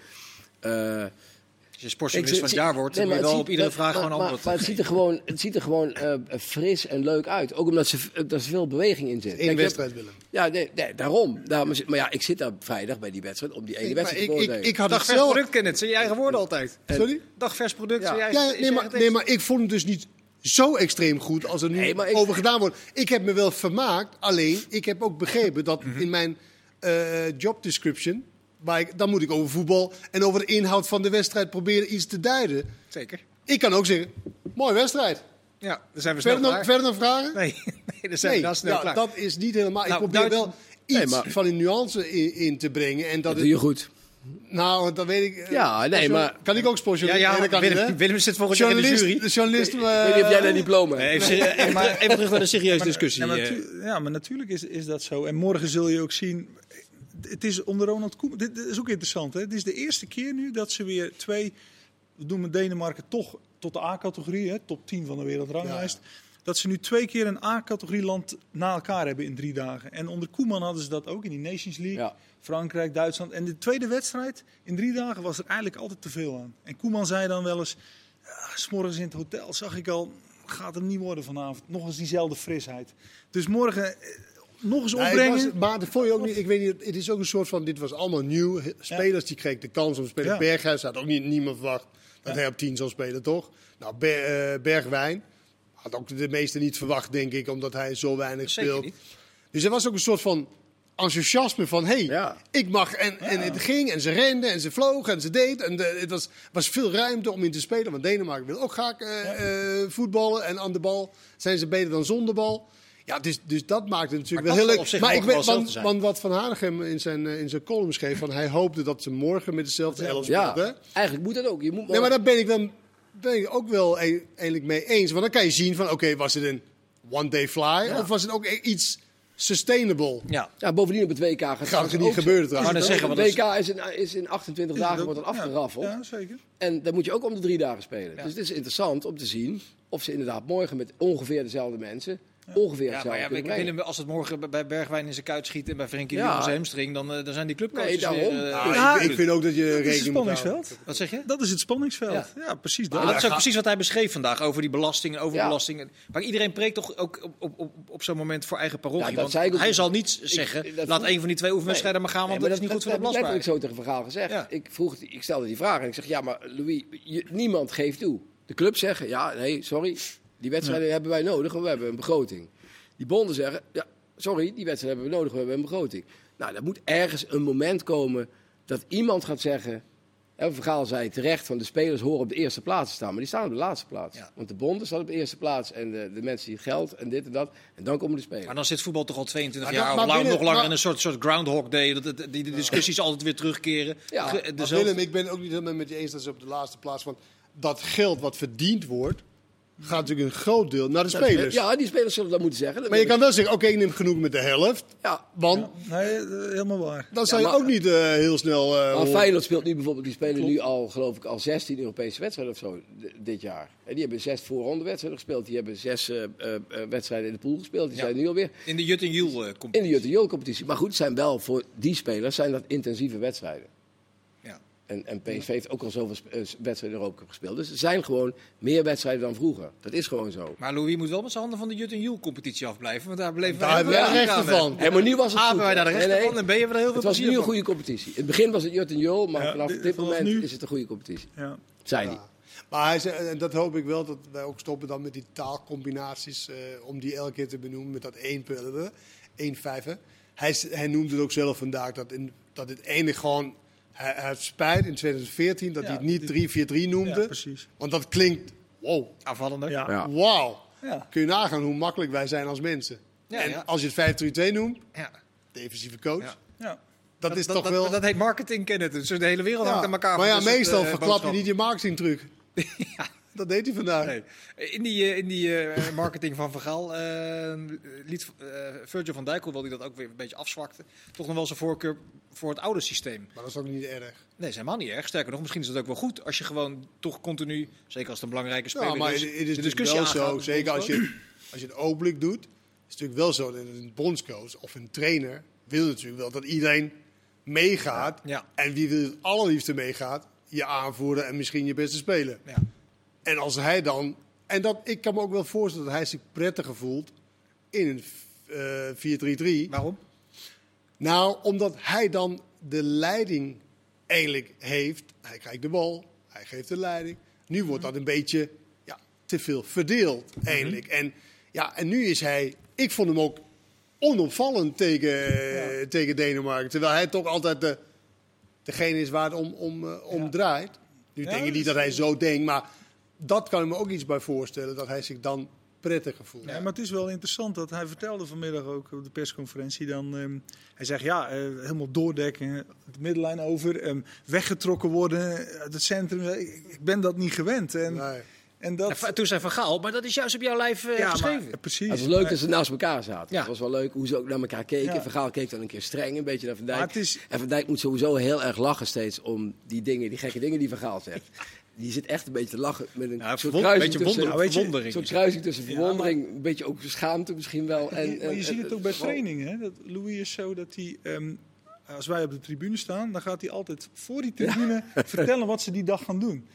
Speaker 5: eh,
Speaker 3: Als je
Speaker 5: ik-
Speaker 3: sportjournalist van het jaar wordt,
Speaker 5: nee,
Speaker 3: dan moet
Speaker 5: maar
Speaker 3: je
Speaker 5: het
Speaker 3: wel
Speaker 5: ziet-
Speaker 3: op iedere vraag
Speaker 5: maar- maar-
Speaker 3: gewoon
Speaker 5: maar-
Speaker 3: antwoord
Speaker 5: Maar het ziet er gewoon, het ziet er gewoon eh, fris en leuk uit. Ook omdat ze, eh, er veel beweging in zit. Kijk,
Speaker 4: Eén
Speaker 5: je
Speaker 4: wedstrijd
Speaker 5: hebt-
Speaker 4: willen.
Speaker 5: Ja, nee, nee, daarom. daarom is, het- maar ja, ik zit daar vrijdag bij die wedstrijd om die ene
Speaker 4: Maar
Speaker 5: wedstrijd
Speaker 4: ik,
Speaker 5: te
Speaker 4: ik,
Speaker 5: beoordelen.
Speaker 4: ik had het
Speaker 3: Dagvers
Speaker 4: zelf.
Speaker 3: product, Kenneth, zijn je eigen woorden altijd.
Speaker 4: dus Sorry?
Speaker 3: Dagvers product, zijn je
Speaker 4: Ja,
Speaker 3: eigen is
Speaker 4: nee,
Speaker 3: je
Speaker 4: maar,
Speaker 3: eigen
Speaker 4: nee,
Speaker 3: tekst.
Speaker 4: maar ik vond hem dus niet zo extreem goed als er nu
Speaker 5: Nee, maar ik-
Speaker 4: over gedaan wordt. Ik heb me wel vermaakt, alleen ik heb ook begrepen dat in mijn eh, job description... Waar ik, dan moet ik over voetbal en over de inhoud van de wedstrijd proberen iets te duiden.
Speaker 3: Zeker.
Speaker 4: Ik kan ook zeggen, mooie wedstrijd.
Speaker 3: Ja, daar zijn we snel
Speaker 4: Verder nog,
Speaker 3: klaar.
Speaker 4: verder nog vragen?
Speaker 3: Nee, nee, daar zijn we
Speaker 4: Nee,
Speaker 3: dan snel
Speaker 4: ja,
Speaker 3: nou klaar.
Speaker 4: dat is niet helemaal...
Speaker 3: Nou,
Speaker 4: ik probeer
Speaker 3: Duits-
Speaker 4: wel iets
Speaker 5: Nee, maar-
Speaker 4: van een nuance in, in te brengen. En dat
Speaker 5: dat
Speaker 4: het-
Speaker 5: doe je goed.
Speaker 4: nou, dat weet ik... eh,
Speaker 5: Ja, nee,
Speaker 4: sportjourna-
Speaker 5: maar-
Speaker 4: Kan ik ook
Speaker 3: ja,
Speaker 4: sportjournalist? Nee,
Speaker 3: ja,
Speaker 4: dat kan niet, hè?
Speaker 3: Willem, Willem zit volgens jaar in de
Speaker 4: Journalist,
Speaker 3: jury.
Speaker 4: journalist,
Speaker 5: Ik weet niet of jij
Speaker 4: eh,
Speaker 5: daar diploma
Speaker 3: Nee,
Speaker 5: hebt.
Speaker 3: even, serie- even maar even terug naar de serieuze discussie.
Speaker 6: Ja, maar,
Speaker 3: eh.
Speaker 6: natu- ja, maar natuurlijk is, is dat zo. En morgen zul je ook zien. Het is onder Ronald Koeman. Dit, dit is ook interessant. Hè? Het is de eerste keer nu dat ze weer twee. We doen met Denemarken toch tot de A-categorie, hè, top 10 van de wereldranglijst. Dat ze nu twee keer een A-categorie land na elkaar hebben in drie dagen. En onder Koeman hadden ze dat ook in die Nations League.
Speaker 5: Ja.
Speaker 6: Frankrijk, Duitsland. En de tweede wedstrijd in drie dagen was er eigenlijk altijd te veel aan. En Koeman zei dan wel eens. Ah, 's morgens in het hotel zag ik al, gaat hem niet worden vanavond. Nog eens diezelfde frisheid. Dus morgen eh, nog eens
Speaker 4: Ja, het
Speaker 6: opbrengen.
Speaker 4: was- maar dat vond je ook niet. Ik weet niet. Het is ook een soort van. Dit was allemaal nieuw. He- Spelers die kregen de kans om te spelen.
Speaker 6: Ja.
Speaker 4: Berghuis had ook niet, niemand verwacht dat hij op 10 zou spelen, toch? Nou, Ber- eh, Bergwijn had ook de meeste niet verwacht, denk ik, omdat hij zo weinig
Speaker 3: Zeker
Speaker 4: speelt.
Speaker 3: niet.
Speaker 4: Dus er was ook een soort van enthousiasme van, hey,
Speaker 5: Ja.
Speaker 4: ik mag. En, en het ging en ze renden en ze vlogen en ze deed. En de- het was, was veel ruimte om in te spelen. Want Denemarken wil ook graag eh, eh, voetballen. En aan de bal zijn ze beter dan zonder bal. Ja, dus, dus dat maakt het natuurlijk
Speaker 3: Maar
Speaker 4: wel
Speaker 3: dat zal
Speaker 4: heel
Speaker 3: op zich
Speaker 4: leuk. Maar ik
Speaker 3: mogen
Speaker 4: weet,
Speaker 3: wel
Speaker 4: want,
Speaker 3: hetzelfde
Speaker 4: want wat Van Hanegem in zijn, eh, in zijn column schreef, van hij hoopte dat ze morgen met dezelfde elf
Speaker 5: Ja,
Speaker 4: speelden.
Speaker 5: eigenlijk moet dat ook. Je moet
Speaker 4: Nee, maar daar ben ik dan ben ik ook wel e- eigenlijk mee eens. Want dan kan je zien van, oké, was het een one day fly? Of was het ook e- iets sustainable?
Speaker 3: Ja.
Speaker 5: Ja, bovendien op het WK gaat het
Speaker 4: Gaat er
Speaker 5: ook
Speaker 4: niet
Speaker 5: zo.
Speaker 3: Maar
Speaker 4: gebeuren trouwens.
Speaker 3: dan zeggen we
Speaker 5: Het
Speaker 3: dat.
Speaker 5: WK is in, is in 28 dagen wordt dan afgeraffeld.
Speaker 6: Ja, zeker.
Speaker 5: En dan moet je ook om de drie dagen spelen.
Speaker 6: Ja.
Speaker 5: Dus het is interessant om te zien of ze inderdaad morgen met ongeveer dezelfde mensen ongeveer
Speaker 3: Ja,
Speaker 5: hetzelfde
Speaker 3: maar ja,
Speaker 5: kunnen
Speaker 3: ik-
Speaker 5: brengen.
Speaker 3: Willem, als het morgen bij- bij Bergwijn in zijn kuit schiet en bij Frenkie
Speaker 5: Ja.
Speaker 3: ja. in zijn hamstring, dan, eh, dan zijn die clubcoaches
Speaker 5: Nee, daarom. Nou,
Speaker 3: weer, eh,
Speaker 5: Ja,
Speaker 4: Ah,
Speaker 6: Ja,
Speaker 4: ik, ik vind ook dat je
Speaker 6: Dat is het
Speaker 4: rekening moet houden.
Speaker 6: spanningsveld.
Speaker 3: Wat zeg je?
Speaker 6: Dat is het spanningsveld. Ja, precies
Speaker 3: Maar dat
Speaker 6: dat.
Speaker 3: is ook precies wat hij beschreef vandaag over die belasting en overbelasting. Maar iedereen preekt toch ook op, op, op, op zo'n moment voor eigen
Speaker 5: Ja,
Speaker 3: parochie.
Speaker 5: dat
Speaker 3: want
Speaker 5: zei ik ook.
Speaker 3: hij zal niet zeggen,
Speaker 5: ik- dat
Speaker 3: laat
Speaker 5: vroeg-
Speaker 3: een van die twee oefenwedstrijden maar gaan, want
Speaker 5: Nee,
Speaker 3: dat, is niet goed voor de
Speaker 5: heb ik
Speaker 3: belastbaarheid.
Speaker 5: letterlijk zo tegen Vergaal gezegd.
Speaker 3: Ja.
Speaker 5: Ik, vroeg, die- ik stelde die vraag en ik zeg, ja, maar Louis, je- niemand geeft toe. De clubs zeggen, ja, nee, sorry, die wedstrijden hebben wij nodig, want we hebben een begroting. Die bonden zeggen, ja, sorry, die wedstrijden hebben we nodig, we hebben een begroting. Nou, er moet ergens een moment komen dat iemand gaat zeggen... En Vergaal zei terecht, van de spelers horen op de eerste plaats te staan. Maar die staan op de laatste plaats.
Speaker 3: Ja.
Speaker 5: Want de bonden staan op de eerste plaats. En de, de mensen die het geld en dit en dat. En dan komen de spelers.
Speaker 3: Maar dan zit voetbal toch al 22
Speaker 4: Maar
Speaker 3: jaar,
Speaker 4: dat-
Speaker 3: of
Speaker 4: maar
Speaker 3: lang-
Speaker 4: binnen-
Speaker 3: nog langer,
Speaker 4: maar-
Speaker 3: in een soort, soort Groundhog Day. Dat, dat- die de discussies altijd weer terugkeren.
Speaker 5: Ja.
Speaker 3: Ge-
Speaker 4: Maar
Speaker 3: dezelfde-
Speaker 4: Willem, ik ben ook niet helemaal met je eens dat ze op de laatste plaats. Want dat geld wat verdiend wordt, gaat natuurlijk een groot deel naar de
Speaker 5: Nou, de
Speaker 4: spelers.
Speaker 5: Ja, die spelers zullen dat moeten zeggen. Dat
Speaker 4: Maar je
Speaker 5: wil
Speaker 4: kan wel zeggen, oké, ik neem genoeg met de helft.
Speaker 5: ik- Ja,
Speaker 4: Want
Speaker 6: Nee, eh, helemaal waar.
Speaker 4: dan zou
Speaker 5: maar-
Speaker 4: je ook niet eh, heel snel... eh,
Speaker 5: Maar
Speaker 4: horen.
Speaker 5: Feyenoord speelt nu bijvoorbeeld, die spelen nu al, geloof ik, al 16 Europese wedstrijden of zo d- dit jaar. En die hebben zes voorronde wedstrijden gespeeld. Die hebben zes eh, eh, eh, wedstrijden in de pool gespeeld. Die
Speaker 3: Ja.
Speaker 5: zijn nu alweer
Speaker 3: in de Jut en Jul eh, komt.
Speaker 5: in de JTO-competitie. Maar goed, het zijn wel voor die spelers zijn dat intensieve wedstrijden.
Speaker 3: Ja.
Speaker 5: En, en PSV heeft ook al zoveel sp- eh, wedstrijden in Europa Cup gespeeld. Dus er zijn gewoon meer wedstrijden dan vroeger. Dat is gewoon zo.
Speaker 3: Maar Louis moet wel met zijn handen van de Jut en Jul competitie afblijven, want daar bleven
Speaker 4: Daar hebben wij
Speaker 3: heel
Speaker 4: de
Speaker 3: veel
Speaker 4: rechten
Speaker 3: aan, hè.
Speaker 4: van.
Speaker 5: Hé, maar nu was het
Speaker 3: A,
Speaker 5: goed,
Speaker 3: hebben wij daar de
Speaker 5: hè?
Speaker 3: rechten
Speaker 5: Nee, nee.
Speaker 3: van en B, hebben we er heel veel
Speaker 5: Het was nu
Speaker 3: plezier
Speaker 5: een
Speaker 3: van.
Speaker 5: goede competitie. In het begin was het Jot en Jol, maar
Speaker 6: Ja,
Speaker 5: vanaf
Speaker 6: dit-
Speaker 5: dit
Speaker 6: vanaf
Speaker 5: moment
Speaker 6: nu-
Speaker 5: is het een goede competitie.
Speaker 6: Ja.
Speaker 5: Zei die.
Speaker 4: Maar hij zei, en dat hoop ik wel, dat wij ook stoppen dan met die taalcombinaties, eh, om die elke keer te benoemen met dat 1 één vijven. Hij, s- hij noemde het ook zelf vandaag, dat, in, dat het ene gewoon, hij, hij heeft spijt in 2014 dat
Speaker 6: Ja,
Speaker 4: hij het niet 3-4-3 noemde.
Speaker 6: Ja, precies.
Speaker 4: Want dat klinkt, wow,
Speaker 3: Aanvallender.
Speaker 6: Ja.
Speaker 5: Ja.
Speaker 4: wauw.
Speaker 6: Ja.
Speaker 4: Kun je nagaan hoe makkelijk wij zijn als mensen.
Speaker 3: Ja,
Speaker 4: en
Speaker 3: ja.
Speaker 4: als je het 5-3-2 noemt,
Speaker 3: Ja.
Speaker 4: defensieve coach,
Speaker 3: Ja.
Speaker 6: Ja.
Speaker 4: dat, is toch wel...
Speaker 3: Dat, heet marketing kennen. Dus de hele wereld hangt aan elkaar. van
Speaker 4: maar ja,
Speaker 3: dit soort,
Speaker 4: meestal
Speaker 3: eh,
Speaker 4: verklap je
Speaker 3: boodschappen.
Speaker 4: niet je marketingtruc. Dat deed hij vandaag.
Speaker 3: Nee. In die, eh, in die eh, marketing van Vergaal eh, liet eh, Virgil van Dijk, hoewel die dat ook weer een beetje afzwakte, toch nog wel zijn voorkeur voor het oude systeem.
Speaker 4: Maar dat is ook niet erg.
Speaker 3: Nee, zijn helemaal niet erg. Sterker nog, misschien is dat ook wel goed als je gewoon toch continu, zeker als het een belangrijke speler
Speaker 4: Ja, Nou, maar
Speaker 3: is,
Speaker 4: het, het
Speaker 3: dus
Speaker 4: is
Speaker 3: de
Speaker 4: natuurlijk
Speaker 3: discussie
Speaker 4: wel
Speaker 3: aangaat
Speaker 4: zo,
Speaker 3: met
Speaker 4: zeker als
Speaker 3: bondscoach.
Speaker 4: je, als je het openlijk doet, is het natuurlijk wel zo dat een bondscoach of een trainer wil natuurlijk wel dat iedereen meegaat.
Speaker 3: Ja.
Speaker 4: En wie wil het allerliefste meegaat? Je aanvoerder en misschien je beste speler.
Speaker 3: Ja.
Speaker 4: En als hij dan, en dat, ik kan me ook wel voorstellen dat hij zich prettiger voelt in een eh, 4-3-3.
Speaker 3: Waarom?
Speaker 4: Nou, omdat hij dan de leiding eigenlijk heeft. Hij krijgt de bal, hij geeft de leiding. Nu wordt dat een beetje ja, te veel verdeeld,
Speaker 6: Mhm.
Speaker 4: eigenlijk. en, ja, en nu is hij... Ik vond hem ook onopvallend tegen, eh, tegen Denemarken. Terwijl hij toch altijd de, degene is waar het om, om, eh, om draait. Nu
Speaker 6: Ja,
Speaker 4: denk ik
Speaker 6: dat
Speaker 4: niet dat hij zo denkt, maar dat kan ik me ook iets bij voorstellen. Dat hij zich dan prettiger voelt.
Speaker 6: Ja, maar het is wel interessant dat hij vertelde vanmiddag ook op de persconferentie. Dan, ehm, hij zegt ja, eh, helemaal doordekken, de middenlijn over, ehm, weggetrokken worden uit het centrum. Ik, ik ben dat niet gewend. En,
Speaker 4: Nee.
Speaker 6: en
Speaker 3: Ja,
Speaker 6: dat,
Speaker 3: va- toen zei Van Gaal, maar dat is juist op jouw lijf eh,
Speaker 6: ja, maar,
Speaker 3: geschreven.
Speaker 6: precies. Eh,
Speaker 5: Het was leuk dat ze naast elkaar zaten.
Speaker 3: Ja.
Speaker 5: Het was wel leuk hoe ze ook naar elkaar keken.
Speaker 6: Ja.
Speaker 5: Vergaal keek dan een keer streng, een beetje naar Van Dijk.
Speaker 6: Maar het is-
Speaker 5: En Van Dijk moet sowieso heel erg lachen steeds om die dingen, die gekke dingen die Vergaal zegt. Die zit echt een beetje te lachen met een
Speaker 3: Ja,
Speaker 5: soort
Speaker 3: verwon-
Speaker 5: kruising
Speaker 3: beetje
Speaker 5: tussen...
Speaker 3: wonder,
Speaker 6: Nou, weet je,
Speaker 5: een
Speaker 3: verwondering.
Speaker 5: soort kruising tussen verwondering, een beetje ook schaamte misschien wel. En,
Speaker 6: maar je
Speaker 5: en-
Speaker 6: ziet
Speaker 5: en-
Speaker 6: het ook bij
Speaker 5: en-
Speaker 6: trainingen. Hè? Dat Louis is zo dat hij, ehm, als wij op de tribune staan, dan gaat hij altijd voor die tribune vertellen wat ze die dag gaan doen.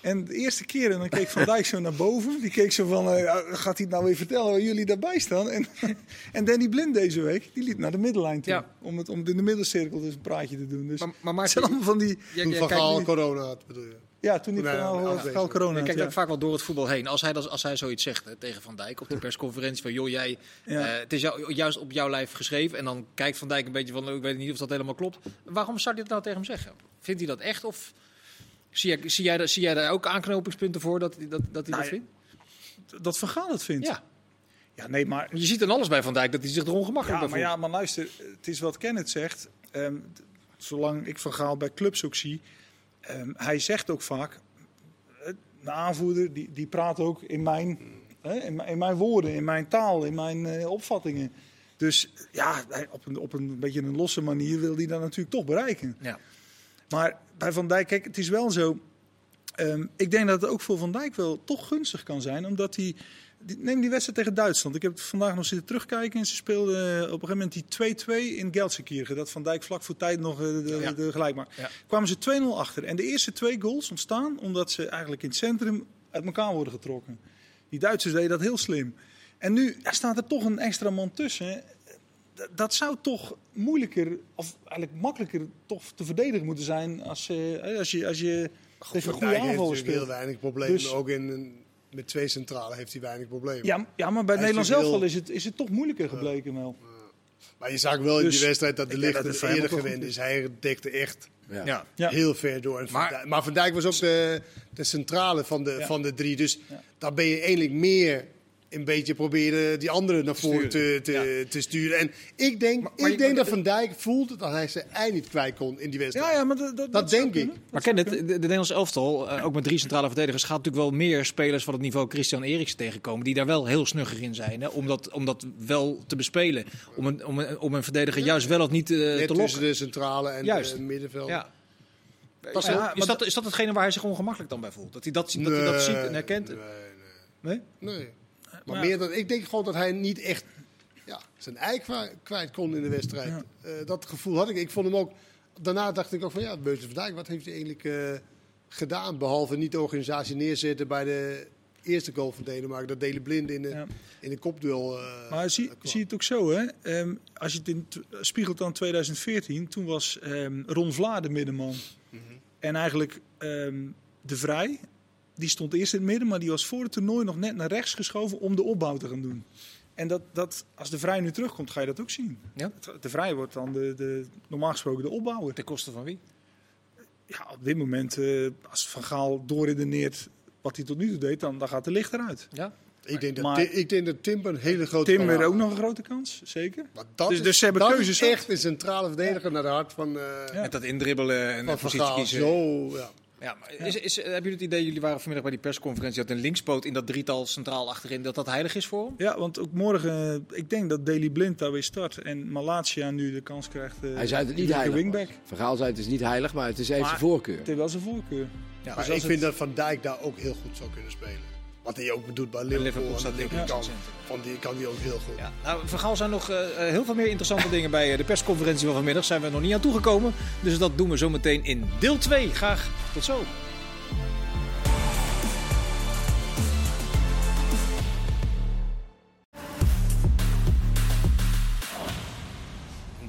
Speaker 6: En de eerste keer, en dan keek Van Dijk zo naar boven. Die keek zo van, eh, ja, gaat hij het nou weer vertellen waar jullie daarbij staan? En, en Danny Blind deze week, die liep naar de middenlijn toe.
Speaker 3: Ja.
Speaker 6: Om, het, om in de middencirkel dus een praatje te doen. Dus
Speaker 3: Maar, maar
Speaker 6: het
Speaker 3: Maarten,
Speaker 6: zijn allemaal van die...
Speaker 3: jij-
Speaker 4: Toen
Speaker 3: jij
Speaker 4: Van
Speaker 3: kijkt
Speaker 4: Gaal
Speaker 3: nu-
Speaker 4: corona had, bedoel je?
Speaker 6: Ja, toen die
Speaker 3: Nou,
Speaker 4: Nee,
Speaker 6: verhaal
Speaker 4: nee,
Speaker 6: had,
Speaker 4: afwezen.
Speaker 6: verhaal corona.
Speaker 3: Ik kijk
Speaker 6: had,
Speaker 3: ook vaak wel door het voetbal heen. Als hij, dat, als hij zoiets zegt hè, tegen Van Dijk op de persconferentie van... joh, jij,
Speaker 6: Ja.
Speaker 3: eh, het is jou, juist op jouw lijf geschreven. En dan kijkt Van Dijk een beetje van... "Oh, ik weet niet of dat helemaal klopt. Waarom zou hij dat nou tegen hem zeggen? Vindt hij dat echt? Of zie jij, zie jij, daar- zie jij daar ook aanknopingspunten voor dat, dat, dat hij
Speaker 6: Nou,
Speaker 3: dat vindt?
Speaker 6: ja. Dat Van Gaal het vindt.
Speaker 3: Ja.
Speaker 6: ja nee, maar
Speaker 3: Je ziet dan alles bij Van Dijk dat hij zich er ongemakkelijk
Speaker 6: Ja,
Speaker 3: bij
Speaker 6: maar
Speaker 3: voelt.
Speaker 6: ja, maar luister, het is wat Kenneth zegt. Ehm, t- zolang ik van Gaal bij clubs ook zie, ehm, hij zegt ook vaak, eh, de aanvoerder die, die praat ook in mijn Hè? In, mijn- in mijn woorden, in mijn taal, in mijn eh, opvattingen. Dus ja, hij- op een, op een beetje een losse manier wil hij dat natuurlijk toch bereiken.
Speaker 3: Ja.
Speaker 6: Maar bij Van Dijk, kijk, het is wel zo. ehm, ik denk dat het ook voor Van Dijk wel toch gunstig kan zijn. Omdat hij. die- Neem die wedstrijd tegen Duitsland. Ik heb het vandaag nog zitten terugkijken. En ze speelden eh, op een gegeven moment die 2-2 in Gelsenkirchen. Dat Van Dijk vlak voor tijd nog eh, de,
Speaker 3: Ja.
Speaker 6: de gelijk maakt.
Speaker 3: Ja.
Speaker 6: Kwamen ze 2-0 achter. En de eerste twee goals ontstaan omdat ze eigenlijk in het centrum uit elkaar worden getrokken. Die Duitsers deden dat heel slim. En nu ja, staat er toch een extra man tussen. D- dat zou toch moeilijker, of eigenlijk makkelijker toch te verdedigen moeten zijn als, eh, als je, als je tegen een
Speaker 4: Van Dijk
Speaker 6: goede
Speaker 4: heeft
Speaker 6: aanvaller
Speaker 4: natuurlijk heel
Speaker 6: speelt.
Speaker 4: weinig problemen.
Speaker 6: Dus-
Speaker 4: Ook in, een- met twee centralen heeft hij weinig problemen.
Speaker 6: Ja, m- ja, maar bij het
Speaker 4: Hij is
Speaker 6: Nederlands
Speaker 4: natuurlijk
Speaker 6: elftal is het, is het toch moeilijker gebleken wel.
Speaker 4: Maar je zag wel in
Speaker 6: Dus
Speaker 4: die wedstrijd dat de
Speaker 6: ik denk
Speaker 4: licht
Speaker 6: dat het
Speaker 4: het
Speaker 6: voor hem
Speaker 4: eerder
Speaker 6: ook wel
Speaker 4: gewend is.
Speaker 6: goed
Speaker 4: Hij dekte echt
Speaker 5: Ja.
Speaker 3: Ja.
Speaker 6: Ja.
Speaker 4: heel ver door. En Van
Speaker 3: Maar-
Speaker 4: Dijk- maar, van Dijk was ook de, de centrale van de, van de drie. Dus
Speaker 6: Ja.
Speaker 4: daar ben je eigenlijk meer een beetje proberen die anderen naar voren te, te, te sturen. En ik denk,
Speaker 3: maar je-
Speaker 4: ik denk dat Van Dijk voelde dat hij zijn ei niet kwijt kon in die wedstrijd.
Speaker 6: Ja, ja, maar dat, dat,
Speaker 4: Dat
Speaker 6: zou
Speaker 4: denk ik.
Speaker 6: kunnen.
Speaker 3: Maar ken het, de, de Nederlands elftal, eh, ook met drie centrale verdedigers, gaat natuurlijk wel meer spelers van het niveau Christian Eriksen tegenkomen. Die daar wel heel snugger in zijn. Hè, om, dat, om dat wel te bespelen. Om een, om een, om een verdediger juist wel of niet eh,
Speaker 4: Net
Speaker 3: te
Speaker 4: tussen
Speaker 3: lokken.
Speaker 4: de centrale en
Speaker 3: Juist.
Speaker 4: het middenveld.
Speaker 3: Ja.
Speaker 4: Dat is
Speaker 3: Ja,
Speaker 4: heel-
Speaker 3: is, dat, is dat hetgene waar hij zich ongemakkelijk dan bij voelt? Dat hij dat, ziet- dat, hij dat ziet en herkent?
Speaker 4: Nee,
Speaker 3: Nee?
Speaker 4: nee. nee. Maar meer dan, ik denk gewoon dat hij niet echt ja, zijn ei kwa- kwijt kon in de wedstrijd. Eh, dat gevoel had ik. Ik vond hem ook. Daarna dacht ik ook van ja, Beuze van Dijk, wat heeft hij eigenlijk eh, gedaan? Behalve niet de organisatie neerzetten bij de eerste goal van Denemarken. Dat delen blind in de,
Speaker 6: Ja.
Speaker 4: in de kopduel. eh,
Speaker 6: Maar zie,
Speaker 4: kwam.
Speaker 6: zie je het ook zo, hè? Ehm, als je het in t- spiegelt aan 2014, toen was ehm, Ron Vlaar de middenman.
Speaker 3: Mhm.
Speaker 6: En eigenlijk ehm, De Vrij, die stond eerst in het midden, maar die was voor het toernooi nog net naar rechts geschoven om de opbouw te gaan doen. En dat, dat, als De Vrij nu terugkomt, ga je dat ook zien.
Speaker 3: Ja.
Speaker 6: De Vrij wordt dan de, de, normaal gesproken de opbouwer.
Speaker 3: Ten koste van wie?
Speaker 6: Ja, op dit moment, eh, als Van Gaal doorredeneert wat hij tot nu toe deed, dan, dan gaat de licht eruit.
Speaker 3: Ja?
Speaker 4: ik, denk dat,
Speaker 6: maar-
Speaker 4: Ti- ik denk dat Timber een hele grote
Speaker 6: Tim weer
Speaker 4: kans
Speaker 6: ook
Speaker 4: had.
Speaker 6: nog een grote kans, zeker.
Speaker 4: Maar dat
Speaker 6: Dus-
Speaker 4: is,
Speaker 6: dus ze hebben
Speaker 4: dat
Speaker 6: keuzes
Speaker 4: is
Speaker 6: zat.
Speaker 4: echt een centrale verdediger naar de hart van, eh
Speaker 6: Ja.
Speaker 3: Met dat indribbelen en
Speaker 4: van,
Speaker 3: en
Speaker 4: van
Speaker 3: positie
Speaker 4: Gaal.
Speaker 3: kiezen.
Speaker 4: Zo, ja.
Speaker 3: Ja, maar is, is, hebben jullie het idee, jullie waren vanmiddag bij die persconferentie, dat een linkspoot in dat drietal centraal achterin, dat dat heilig is voor hem?
Speaker 6: Ja, want ook morgen, eh, ik denk dat Daley Blind daar weer start en Malatia nu de kans krijgt. eh,
Speaker 5: Hij zei dat het
Speaker 6: de
Speaker 5: niet heilig
Speaker 6: wingback.
Speaker 5: was. Verhaal zei het is niet heilig, maar het is even
Speaker 6: Maar-
Speaker 5: zijn voorkeur.
Speaker 6: Het heeft wel zijn voorkeur.
Speaker 3: Ja,
Speaker 4: Maar ik vind dat Van Dijk daar ook heel goed zou kunnen spelen. Wat hij ook doet bij Liverpool.
Speaker 3: Liverpool
Speaker 4: aan de
Speaker 3: staat Liverpool
Speaker 4: linkerkant.
Speaker 3: centrum.
Speaker 4: Van die kan die ook heel goed. Oh,
Speaker 3: Ja, nou, van Gaal zijn nog eh, eh, heel veel meer interessante dingen bij eh, de persconferentie van vanmiddag. Zijn we nog niet aan toegekomen. Dus dat doen we zo meteen in deel 2. Graag tot zo.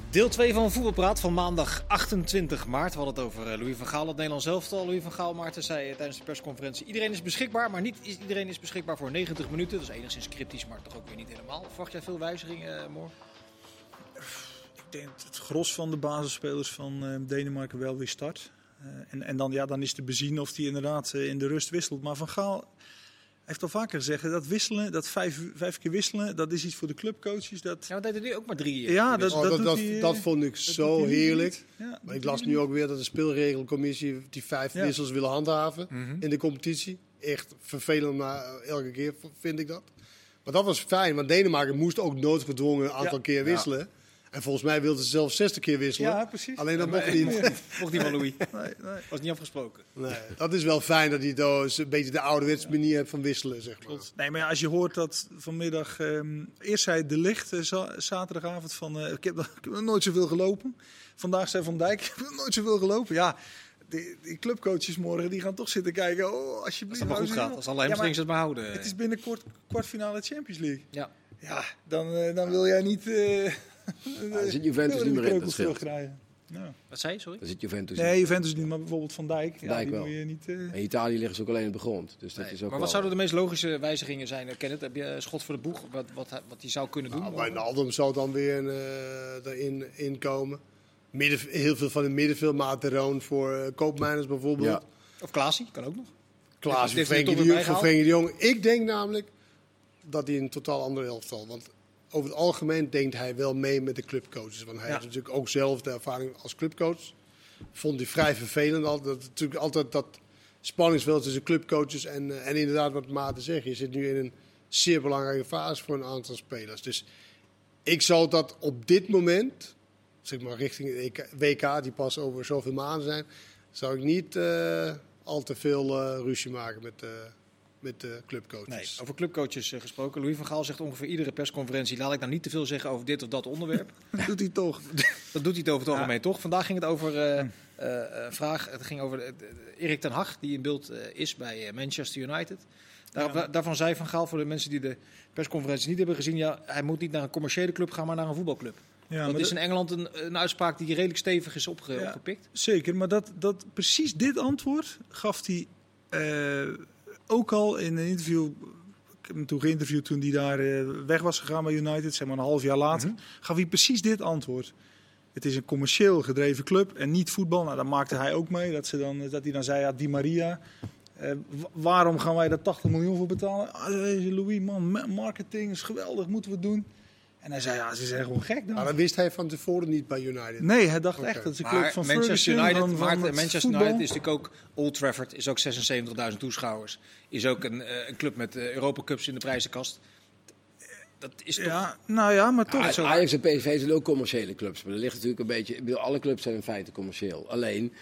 Speaker 3: Deel 2 van Voetbalpraat van maandag 28 maart. We hadden het over eh, Louis van Gaal, het Nederlands elftal. Louis van Gaal, Maarten, zei eh, tijdens de persconferentie... iedereen is beschikbaar, maar niet is- iedereen is beschikbaar voor 90 minuten. Dat is enigszins cryptisch, maar toch ook weer niet helemaal. Verwacht jij veel wijzigingen, eh Moor?
Speaker 6: Ik denk dat het gros van de basisspelers van eh, Denemarken wel weer start. Eh, en en dan, ja, dan is te bezien of die inderdaad eh, in de rust wisselt. Maar Van Gaal heeft al vaker gezegd, hè, dat wisselen, dat vijf, vijf keer wisselen, dat is iets voor de clubcoaches. Dat,
Speaker 3: Ja, want hij deed er nu ook maar drie. eh,
Speaker 6: ja,
Speaker 3: tenminste.
Speaker 6: dat,
Speaker 4: Oh,
Speaker 6: dat,
Speaker 4: dat,
Speaker 6: doet
Speaker 4: dat,
Speaker 6: hij, eh,
Speaker 4: dat vond ik zo
Speaker 6: doet hij
Speaker 4: heerlijk.
Speaker 6: niet. Ja, dat
Speaker 4: Maar
Speaker 6: doet
Speaker 4: ik las
Speaker 6: hij
Speaker 4: nu ook weer dat de speelregelcommissie die vijf
Speaker 6: Ja. Mhm.
Speaker 4: wissels wil handhaven in de competitie. Echt vervelend na elke keer v- vind ik dat. Maar dat was fijn, want Denemarken moest ook noodgedwongen een aantal
Speaker 6: Ja.
Speaker 4: keer wisselen. En volgens mij wilden ze zelfs 60 keer wisselen.
Speaker 6: Ja, precies.
Speaker 4: Alleen dat mocht niet.
Speaker 3: Mocht die van Louis.
Speaker 6: Nee, nee.
Speaker 3: Was niet afgesproken.
Speaker 4: Nee, dat is wel fijn dat hij doos een beetje de ouderwetse manier hebt van wisselen, zeg maar.
Speaker 6: Nee, maar ja, als je hoort dat vanmiddag. ehm, eerst zei De Licht eh, za- zaterdagavond van. eh, ik, heb, nog- ik heb nog nooit zoveel gelopen. Vandaag zei Van Dijk. Ik heb nog nooit zoveel gelopen. Ja, die, die clubcoaches morgen die gaan toch zitten kijken. Oh,
Speaker 3: Als
Speaker 6: alsjeblieft.
Speaker 3: dat maar goed
Speaker 6: hou ze
Speaker 3: gaat.
Speaker 6: op.
Speaker 3: Als alle
Speaker 6: Ja, maar
Speaker 3: hamstrings het maar houden.
Speaker 6: Het is binnenkort kwartfinale Champions League.
Speaker 3: Ja.
Speaker 6: Ja, dan, eh, dan wil jij niet. eh
Speaker 5: dan zit Juventus niet meer in, dat scheelt.
Speaker 6: krijgen. Ja.
Speaker 3: Wat zei je? Sorry?
Speaker 5: Daar zit Juventus
Speaker 6: Nou. Nee, Juventus niet, maar bijvoorbeeld Van Dijk. ja,
Speaker 5: Dijk
Speaker 6: die
Speaker 5: wel.
Speaker 6: moet je niet. eh,
Speaker 5: in. In Italië liggen ze ook alleen op de grond. Dus dat
Speaker 3: Nee.
Speaker 5: is ook
Speaker 3: maar
Speaker 5: wel-
Speaker 3: wat zouden de meest logische wijzigingen zijn? eh, Kenneth, heb je eh, schot voor de boeg? Wat, wat, hij- wat hij zou kunnen doen?
Speaker 4: Nou, Wijnaldum zou dan weer eh erin in komen. Midden, heel veel van het middenveld, Materoon voor eh, Koopmijners bijvoorbeeld.
Speaker 5: Ja.
Speaker 3: Of Klaasie, kan ook nog.
Speaker 4: Klaas
Speaker 3: Dit is
Speaker 4: voor
Speaker 3: er
Speaker 4: Frenkie
Speaker 3: toch
Speaker 4: de,
Speaker 3: weer
Speaker 4: Jong, voor
Speaker 3: bijgehaald?
Speaker 4: Frenkie de Jong. Ik denk namelijk dat hij een totaal andere helft zal. Want over het algemeen denkt hij wel mee met de clubcoaches. Want hij heeft natuurlijk ook zelf de ervaring als clubcoach. Vond hij vrij vervelend. altijd. Dat, is natuurlijk altijd dat spanningsveld tussen clubcoaches en, eh, en inderdaad wat Maarten zegt. Je zit nu in een zeer belangrijke fase voor een aantal spelers. Dus ik zou dat op dit moment, zeg maar richting het E EK WK, die pas over zoveel maanden zijn, zou ik niet eh, al te veel eh, ruzie maken met, eh, met de
Speaker 3: Nee,
Speaker 4: clubcoaches.
Speaker 3: over clubcoaches eh, gesproken. Louis van Gaal zegt ongeveer iedere persconferentie... laat ik nou niet te veel zeggen over dit of dat onderwerp.
Speaker 6: Dat doet hij toch.
Speaker 3: Dat doet hij het over het algemeen, toch? Vandaag ging het over eh, eh, een vraag. Het ging over eh, Erik ten Hag, die in beeld eh, is bij eh, Manchester United. Daar- wa- Daarvan zei Van Gaal, voor de mensen die de persconferentie niet hebben gezien... Ja, hij moet niet naar een commerciële club gaan, maar naar een voetbalclub.
Speaker 6: Ja,
Speaker 3: dat
Speaker 6: maar
Speaker 3: is
Speaker 6: dat-
Speaker 3: in Engeland een, een uitspraak die redelijk stevig is opge-
Speaker 6: Ja.
Speaker 3: opgepikt.
Speaker 6: Zeker, maar dat, dat, precies dit antwoord gaf hij eh, ook al in een interview. Ik heb hem toen geïnterviewd toen hij daar eh, weg was gegaan bij United, zeg maar een half jaar later. Gaf hij precies dit antwoord. Het is een commercieel gedreven club en niet voetbal. Nou, daar maakte hij ook mee. Dat, ze dan, dat hij dan zei, ja, Di Maria, eh, wa- waarom gaan wij daar 80 miljoen voor betalen? Ah, eh, Louis, man, ma- marketing is geweldig, moeten we doen. En hij zei, ja, ze zijn gewoon gek dan.
Speaker 4: Maar dat wist hij van tevoren niet bij United.
Speaker 6: Nee, hij dacht
Speaker 4: Oké.
Speaker 6: echt dat is een club
Speaker 3: Maar
Speaker 6: van
Speaker 3: Manchester
Speaker 6: Ferguson,
Speaker 3: United,
Speaker 6: van, van
Speaker 3: maar
Speaker 6: het
Speaker 3: Manchester
Speaker 6: voetbal.
Speaker 3: United is natuurlijk ook Old Trafford, is ook 76.000 toeschouwers. Is ook een, eh, een club met eh, Europa Cups in de prijzenkast. Dat is toch...
Speaker 6: Ja, nou ja, maar toch.
Speaker 5: Ja,
Speaker 6: zo.
Speaker 5: Ajax en PSV zijn ook commerciële clubs. Maar dat ligt natuurlijk een beetje... Ik bedoel, alle clubs zijn in feite commercieel. Alleen...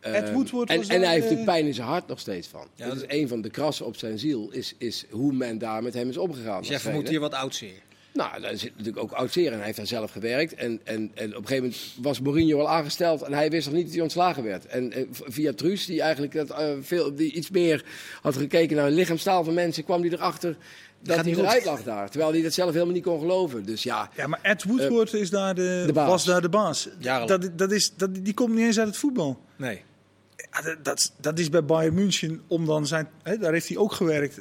Speaker 5: eh,
Speaker 6: Ed Woodward
Speaker 5: en,
Speaker 6: was
Speaker 5: en
Speaker 6: daar,
Speaker 5: hij heeft
Speaker 6: eh,
Speaker 5: er pijn in zijn hart nog steeds van.
Speaker 3: Ja,
Speaker 5: dat is
Speaker 3: dat-
Speaker 5: een van de krassen op zijn ziel, is, is hoe men daar met hem is omgegaan. als
Speaker 3: Dus jij vermoedt
Speaker 5: trainer.
Speaker 3: hier wat oud zeer.
Speaker 5: Nou, daar zit natuurlijk ook oud en Hij heeft daar zelf gewerkt. En, en, en op een gegeven moment was Mourinho al aangesteld. En hij wist nog niet dat hij ontslagen werd. En eh, v- via Truus, die eigenlijk dat, eh, veel, die iets meer had gekeken naar de lichaamstaal van mensen, kwam hij erachter dat
Speaker 3: gaat
Speaker 5: hij
Speaker 3: niet
Speaker 5: eruit
Speaker 3: goed.
Speaker 5: lag daar. Terwijl hij dat zelf helemaal niet kon geloven. Dus ja,
Speaker 6: Ja, maar Ed Woodward is daar de,
Speaker 5: de baas.
Speaker 6: was daar de baas.
Speaker 3: Jarenlang.
Speaker 6: Dat, dat is, dat, die komt niet eens uit het voetbal.
Speaker 3: Nee.
Speaker 6: Ja, dat, dat, dat is bij Bayern München, om dan zijn, hè, daar heeft hij ook gewerkt.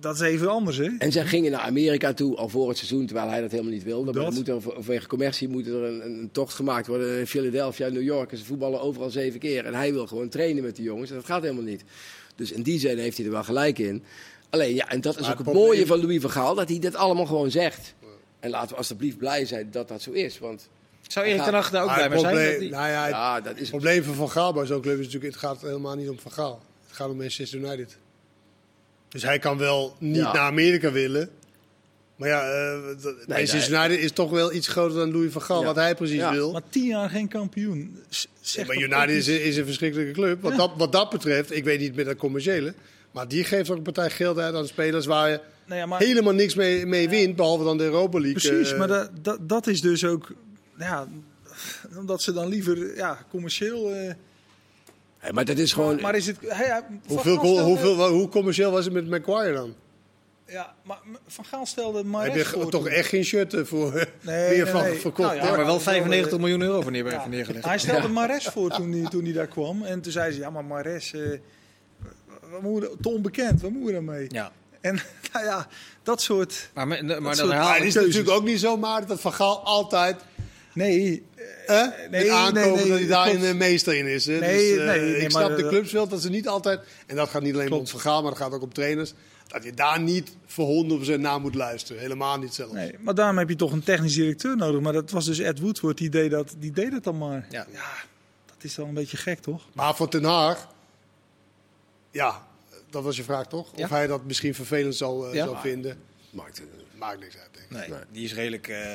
Speaker 6: Dat is even anders, hè?
Speaker 5: En zij gingen naar Amerika toe al voor het seizoen, terwijl hij dat helemaal niet wilde. Maar
Speaker 6: Dat.
Speaker 5: moet er, vanwege commercie moet er een, een tocht gemaakt worden. In Philadelphia, New York, en ze voetballen overal zeven keer. En hij wil gewoon trainen met die jongens en dat gaat helemaal niet. Dus in die zin heeft hij er wel gelijk in. Alleen ja, en dat is
Speaker 4: Maar
Speaker 5: ook het
Speaker 4: het probleem-
Speaker 5: mooie van Louis van Gaal, dat hij dit allemaal gewoon zegt. En laten we alsjeblieft blij zijn dat dat zo is. Want
Speaker 3: Zou Erik ten Hag daar ook
Speaker 4: Maar
Speaker 3: bij
Speaker 4: het
Speaker 3: maar zijn?
Speaker 4: probleem-
Speaker 3: Dat die-
Speaker 4: nou ja, het
Speaker 5: ja, dat is het.
Speaker 4: probleem van Van Gaal bij zo'n club is natuurlijk, het gaat helemaal niet om Van Gaal. Het gaat om Manchester United. Dus hij kan wel niet
Speaker 5: Ja.
Speaker 4: naar Amerika willen. Maar ja, eh, dat- Manchester United is toch wel iets groter dan Louis van Gaal,
Speaker 5: Ja.
Speaker 4: wat hij precies
Speaker 5: Ja.
Speaker 4: wil.
Speaker 6: Maar tien jaar geen kampioen. Z-
Speaker 4: Ja,
Speaker 6: Zegt
Speaker 4: maar
Speaker 6: dat
Speaker 4: United
Speaker 6: ook
Speaker 4: is,
Speaker 6: niet.
Speaker 4: is een verschrikkelijke club. Wat,
Speaker 6: Ja.
Speaker 4: dat, wat dat betreft, ik weet niet met dat commerciële. Maar die geeft ook een partij geld uit aan spelers waar je
Speaker 6: Nou ja, maar-
Speaker 4: helemaal niks mee, mee wint. Behalve dan de Europa League.
Speaker 6: Precies,
Speaker 4: eh,
Speaker 6: maar dat, dat, dat is dus ook... Ja, omdat ze dan liever ja, commercieel... eh,
Speaker 5: Hé, maar dat is gewoon...
Speaker 6: maar is het... hij- hij- Van
Speaker 4: hoeveel,
Speaker 6: Gaal stelde-
Speaker 4: hoeveel, hoe commercieel was het met Maguire dan?
Speaker 6: Ja, maar Van Gaal stelde Mares
Speaker 4: Heb je
Speaker 6: voor
Speaker 4: ge- toch
Speaker 6: toen.
Speaker 4: echt geen shirt eh, voor eh,
Speaker 6: Nee,
Speaker 4: meer
Speaker 6: nee,
Speaker 4: van
Speaker 6: nee.
Speaker 4: verkocht?
Speaker 6: Nou ja,
Speaker 4: hoor.
Speaker 3: maar wel 95 miljoen euro voor neer, voor neergelegd.
Speaker 6: Hij stelde Mares voor toen hij, toen hij daar kwam. En toen zei ze, ja, maar Mares, eh, wat moet je- te onbekend, wat moeten we daarmee?
Speaker 3: Ja.
Speaker 6: En nou ja, dat soort...
Speaker 3: Maar, me- maar,
Speaker 6: soort-
Speaker 3: dan
Speaker 4: Maar
Speaker 3: herhaal
Speaker 4: het is
Speaker 3: ik...
Speaker 4: natuurlijk ook niet zo, maar dat Van Gaal altijd
Speaker 6: Nee,
Speaker 4: hè,
Speaker 6: nee,
Speaker 4: met aankomen
Speaker 6: nee,
Speaker 4: dat hij daar
Speaker 6: klopt.
Speaker 4: een meester in is. Hè?
Speaker 6: Nee,
Speaker 4: dus, eh,
Speaker 6: nee, nee,
Speaker 4: ik
Speaker 6: maar
Speaker 4: snap de
Speaker 6: dat-
Speaker 4: clubs wel dat ze niet altijd, en dat gaat niet alleen om
Speaker 6: Klopt.
Speaker 4: Van Gaal, maar dat gaat ook om trainers, dat je daar niet voor 100% naar moet luisteren. Helemaal niet zelfs.
Speaker 6: nee, eh, maar daarom heb je toch een technisch directeur nodig. Maar dat was dus Ed Woodward, die deed dat, die deed dat dan maar.
Speaker 3: Ja.
Speaker 6: Dat is dan een beetje gek, toch?
Speaker 4: Maar voor Ten Haag, ja, dat was je vraag toch? Of
Speaker 3: Ja.
Speaker 4: hij dat misschien vervelend zal, eh,
Speaker 3: Ja.
Speaker 4: zal vinden.
Speaker 5: Maakt het-
Speaker 4: Maakt niks uit, denk ik.
Speaker 3: Nee, die is redelijk eh,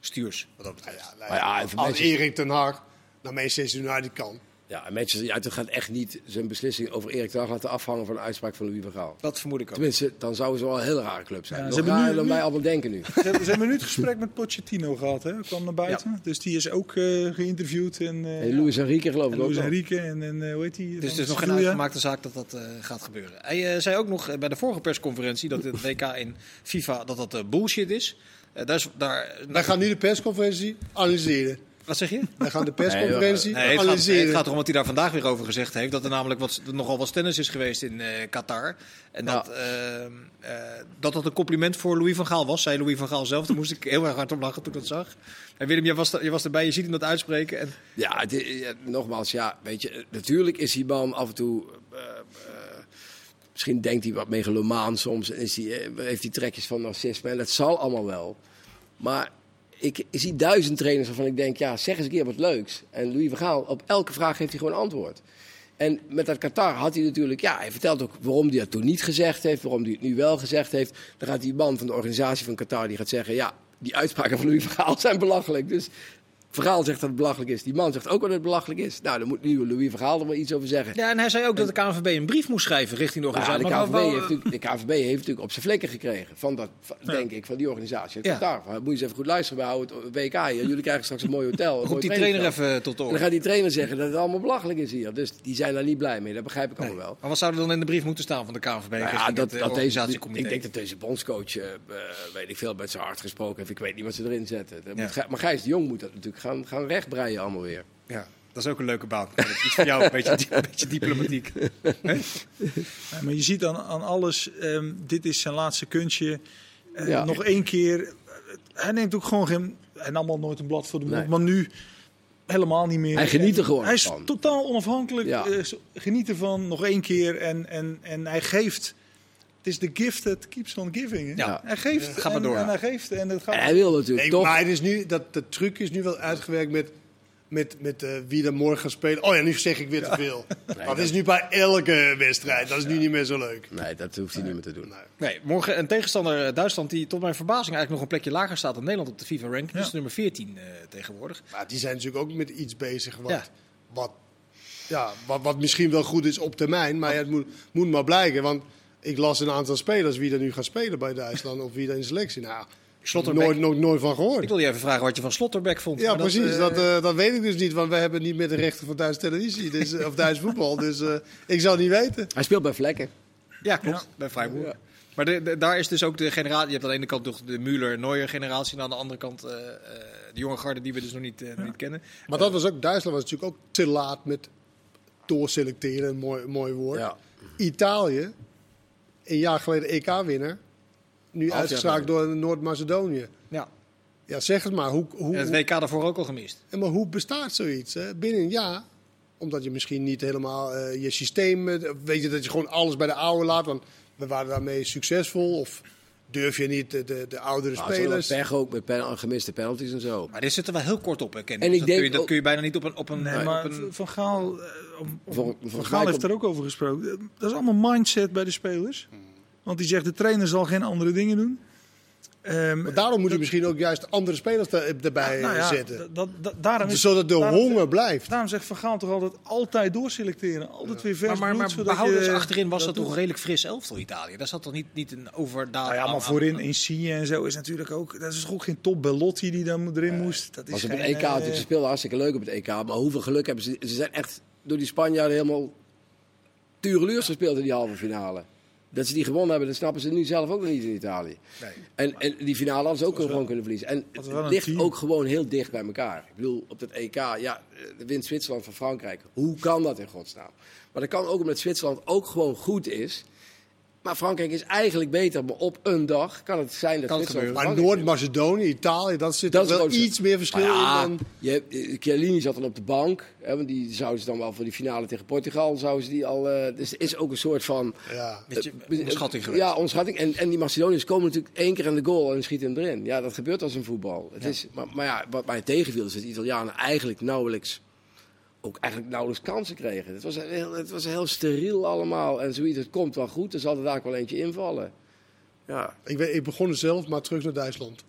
Speaker 3: stuurs, wat dat
Speaker 4: Nou
Speaker 3: betreft.
Speaker 4: ja,
Speaker 5: Maar ja, en
Speaker 4: als
Speaker 5: voor Manchester-
Speaker 4: Erik Ten Haag naar Manchester United kan.
Speaker 5: Ja, en Manchester United gaat echt niet zijn beslissing over Erik Ten Hag laten afhangen van een uitspraak van Louis van Gaal.
Speaker 3: Dat vermoed ik ook.
Speaker 5: Tenminste, dan zouden ze wel een heel rare club zijn.
Speaker 6: Ja,
Speaker 5: Nog
Speaker 6: ze hebben nu-
Speaker 5: raarder dan
Speaker 6: nu-
Speaker 5: wij allemaal denken nu.
Speaker 6: Ze hebben, ze hebben nu het gesprek met Pochettino gehad, hè? kwam naar buiten. Dus die is ook eh, geïnterviewd. En, eh,
Speaker 5: En Luis Enrique geloof
Speaker 6: en
Speaker 5: ik ook
Speaker 6: Luis
Speaker 5: nog.
Speaker 6: Enrique en, en eh, hoe heet die?
Speaker 3: Dus
Speaker 6: van
Speaker 3: het is nog geen
Speaker 6: Sevilla.
Speaker 3: uitgemaakte zaak dat dat eh, gaat gebeuren. Hij eh, zei ook nog eh, bij de vorige persconferentie dat het WK in FIFA dat dat eh, bullshit is. Eh, daar is daar,
Speaker 4: Wij gaan nu de persconferentie analyseren.
Speaker 3: Wat zeg je?
Speaker 4: Wij gaan de persconferentie
Speaker 3: Nee, het, gaat,
Speaker 4: analyseren.
Speaker 3: het gaat erom wat hij daar vandaag weer over gezegd heeft. Dat er namelijk wat, nogal wat tennis is geweest in eh, Qatar. En dat, ehm, eh, dat dat een compliment voor Louis van Gaal was, zei Louis van Gaal zelf. Daar moest ik heel erg hard om lachen toen ik dat zag. En Willem, je was, er- je was erbij, je ziet hem dat uitspreken. En,
Speaker 5: Ja, het i- ja, nogmaals, ja, weet je, eh, natuurlijk is die man af en toe... eh, eh, misschien denkt hij wat megalomaan soms. En is hij, eh, heeft hij trekjes van narcisme. En dat zal allemaal wel. Maar ik, ik zie duizend trainers waarvan ik denk, ja, zeg eens een keer wat leuks. En Louis van Gaal, op elke vraag heeft hij gewoon antwoord. En met dat Qatar had hij natuurlijk, ja, hij vertelt ook waarom hij dat toen niet gezegd heeft, waarom hij het nu wel gezegd heeft. Dan gaat die man van de organisatie van Qatar, die gaat zeggen, ja, die uitspraken van uw verhaal zijn belachelijk. Dus verhaal zegt dat het belachelijk is. Die man zegt ook dat het belachelijk is. Nou, dan moet nu Louis Verhaal er wel iets over zeggen.
Speaker 3: Ja, en hij zei ook dat de KNVB een brief moest schrijven richting de
Speaker 5: Ja, de,
Speaker 3: organisatie.
Speaker 5: KVB
Speaker 3: Maar
Speaker 5: heeft
Speaker 3: wel- eh,
Speaker 5: natuurlijk, de KNVB heeft natuurlijk op zijn vlekken gekregen. Van dat, van- denk ik, van die organisatie.
Speaker 3: Ja.
Speaker 5: Ja. Daar, moet je eens even goed luisteren bij het WK. hier. Jullie krijgen straks een mooi hotel. Een
Speaker 3: Roep
Speaker 5: mooi
Speaker 3: die trainer
Speaker 5: trainingsveld.
Speaker 3: even tot de
Speaker 5: En dan
Speaker 3: orde.
Speaker 5: gaat die trainer zeggen dat het allemaal belachelijk is hier. Dus die zijn daar niet blij mee. Dat begrijp ik allemaal wel.
Speaker 3: Maar wat zou er dan in de brief moeten staan van de KNVB
Speaker 5: Nou
Speaker 3: richting dat, het eh, organisatiecomité?
Speaker 5: ik denk dat deze bondscoach, eh, eh, weet ik veel, met zijn hart gesproken heeft. Ik weet niet wat ze erin zetten. Dat
Speaker 3: Ja.
Speaker 5: moet Gij- maar Gijs de Jong moet dat natuurlijk gaan, gaan rechtbreien allemaal weer.
Speaker 3: Ja, dat is ook een leuke baan. Dat is iets voor jou, een beetje, di- een beetje diplomatiek.
Speaker 6: Ja, Eh, maar je ziet aan, aan alles, ehm, dit is zijn laatste kunstje. Eh,
Speaker 5: Ja.
Speaker 6: Nog één keer. eh, Hij neemt ook gewoon geen... En allemaal nooit een blad voor de mond.
Speaker 5: Nee.
Speaker 6: Maar nu helemaal niet meer.
Speaker 5: Hij geniet er
Speaker 6: En
Speaker 5: gewoon
Speaker 6: Hij is
Speaker 5: van.
Speaker 6: totaal onafhankelijk.
Speaker 5: Ja.
Speaker 6: eh, zo- geniet ervan, nog één keer. En, en, en hij geeft... Het is de gift that keeps on giving. hè?
Speaker 3: Ja.
Speaker 6: Hij geeft
Speaker 3: Ga maar
Speaker 6: en,
Speaker 3: door.
Speaker 6: en hij geeft. En het gaat...
Speaker 5: En hij wil natuurlijk
Speaker 4: Nee,
Speaker 5: toch.
Speaker 4: maar het is nu, dat, dat truc is nu wel uitgewerkt met, met, met eh, wie er morgen gaat spelen. Oh ja, nu zeg ik weer te veel. dat is nu bij elke wedstrijd. Dat is nu niet meer zo leuk.
Speaker 5: Nee, dat hoeft hij niet meer te doen.
Speaker 3: Nee, morgen een tegenstander eh, Duitsland die tot mijn verbazing eigenlijk nog een plekje lager staat dan Nederland op de FIFA-ranking. Dus nummer 14 eh, tegenwoordig.
Speaker 4: Maar die zijn natuurlijk ook met iets bezig wat,
Speaker 3: Ja.
Speaker 4: Wat, ja, wat, wat misschien wel goed is op termijn. Maar ja, het moet, moet maar blijken. Want ik las een aantal spelers wie er nu gaan spelen bij Duitsland. of wie er in selectie. Nou,
Speaker 3: Slotterbeck.
Speaker 4: nooit, nooit, nooit van gehoord.
Speaker 3: Ik wil je even vragen wat je van Slotterbeck vond.
Speaker 4: Ja,
Speaker 3: maar dat,
Speaker 4: precies.
Speaker 3: eh,
Speaker 4: Dat, eh, dat weet ik dus niet, want we hebben niet met de rechten van Duits televisie dus, eh, of Duits voetbal. Dus eh, ik zou het niet weten.
Speaker 5: Hij speelt bij vlekken.
Speaker 3: Ja, klopt. Bij Freiburg. Maar de, de- daar is dus ook de generatie. Je hebt aan de ene kant toch de Müller-Neuer-generatie. En aan de andere kant eh, eh, de jonge garde die we dus nog niet, eh, niet kennen.
Speaker 4: Maar dat was ook, Duitsland was natuurlijk ook te laat met doorselecteren, een mooi, mooi woord.
Speaker 5: Ja.
Speaker 4: Italië, een jaar geleden EK-winnaar, nu
Speaker 5: jaar
Speaker 4: uitgeschakeld door Noord-Macedonië.
Speaker 3: Ja.
Speaker 4: Ja, zeg het maar, hoe, hoe,
Speaker 3: En het WK daarvoor ook al gemist.
Speaker 4: en maar hoe bestaat zoiets? Hè? Binnen een jaar, omdat je misschien niet helemaal eh, je systeem... eh, weet je, dat je gewoon alles bij de oude laat, want we waren daarmee succesvol. Of durf je niet de, de, de oudere
Speaker 5: Maar ze hebben
Speaker 4: spelers...
Speaker 5: pech ook met pen- gemiste penalties en zo.
Speaker 3: Maar dit zit er wel heel kort op, hè, Ken.
Speaker 5: En
Speaker 3: Dus dat,
Speaker 5: ik
Speaker 3: kun
Speaker 5: denk
Speaker 3: je, dat
Speaker 5: ook-
Speaker 3: kun je bijna niet op een... Op een,
Speaker 6: Nee,
Speaker 3: op
Speaker 6: maar
Speaker 3: een-
Speaker 6: Van Gaal, eh, om- om-
Speaker 5: Vol-
Speaker 6: van
Speaker 5: volgens mij
Speaker 6: Gaal heeft
Speaker 5: komt-
Speaker 6: er ook over gesproken. Dat is allemaal mindset bij de spelers. Want die zegt, de trainer zal geen andere dingen doen. Ehm,
Speaker 4: Maar daarom moet je misschien ook juist andere spelers er- erbij
Speaker 6: nou
Speaker 4: eh,
Speaker 6: ja,
Speaker 4: zetten.
Speaker 6: dat- dat- dat- daarom is-
Speaker 4: Zodat de
Speaker 6: daarom-
Speaker 4: honger blijft.
Speaker 6: Daarom zegt Van Gaal toch altijd, altijd doorselecteren. Altijd weer vers
Speaker 3: maar maar,
Speaker 6: bloed,
Speaker 3: maar
Speaker 6: zodat
Speaker 3: behoudens
Speaker 6: je-
Speaker 3: achterin was dat toch een
Speaker 6: doet.
Speaker 3: redelijk fris elftal Italië. Daar zat toch niet, niet een overdaad
Speaker 6: Nou ja,
Speaker 3: aan-
Speaker 6: maar
Speaker 3: aan-
Speaker 6: voorin in Sië en zo is natuurlijk ook... Dat is toch ook geen top Bellotti die daar moet- erin moest. Dat is
Speaker 5: Was op het E
Speaker 6: geen,
Speaker 5: EK
Speaker 6: eh,
Speaker 5: natuurlijk, ze speelden hartstikke leuk op het EK. Maar hoeveel geluk hebben ze? Ze zijn echt door die Spanjaarden helemaal tureluurs gespeeld in die halve finale. Dat ze die gewonnen hebben, dat snappen ze nu zelf ook nog niet in Italië. En, en die finale hadden ze ook gewoon kunnen verliezen. En
Speaker 6: was wel
Speaker 5: het
Speaker 6: een
Speaker 5: ligt
Speaker 6: team.
Speaker 5: ook gewoon heel dicht bij elkaar. Ik bedoel, op dat EK, ja, eh, wint Zwitserland van Frankrijk. Hoe kan dat in godsnaam? Maar dat kan ook omdat Zwitserland ook gewoon goed is. Maar Frankrijk is eigenlijk beter, maar op een dag kan het zijn dat
Speaker 3: Kan het
Speaker 5: Zwitserland...
Speaker 4: Maar
Speaker 5: Frankrijk wint.
Speaker 4: Noord-Macedonië, Italië, dat zit
Speaker 5: Dat is
Speaker 4: wel
Speaker 5: het grootste.
Speaker 4: iets meer verschil
Speaker 5: Maar ja,
Speaker 4: in dan...
Speaker 5: je hebt- eh, Chiellini zat dan op de bank. Hè, want die zouden ze dan wel voor die finale tegen Portugal. Zouden ze die al, eh, dus er is ook een soort van.
Speaker 4: Ja.
Speaker 3: Beetje
Speaker 5: eh,
Speaker 3: Onderschatting
Speaker 5: eh,
Speaker 3: geweest.
Speaker 5: Ja, onderschatting. En, en die Macedoniërs komen natuurlijk één keer aan de goal en schieten hem erin. Ja, dat gebeurt als een voetbal. Het is, maar, maar ja, wat mij tegenviel is dat de Italianen eigenlijk nauwelijks. Ook eigenlijk nauwelijks kansen kregen. Het was, een heel, het was heel steriel allemaal. En zoiets, het komt wel goed. Er zal er daar wel eentje invallen. Ja.
Speaker 4: Ik, weet, ik begon er zelf, maar terug naar Duitsland.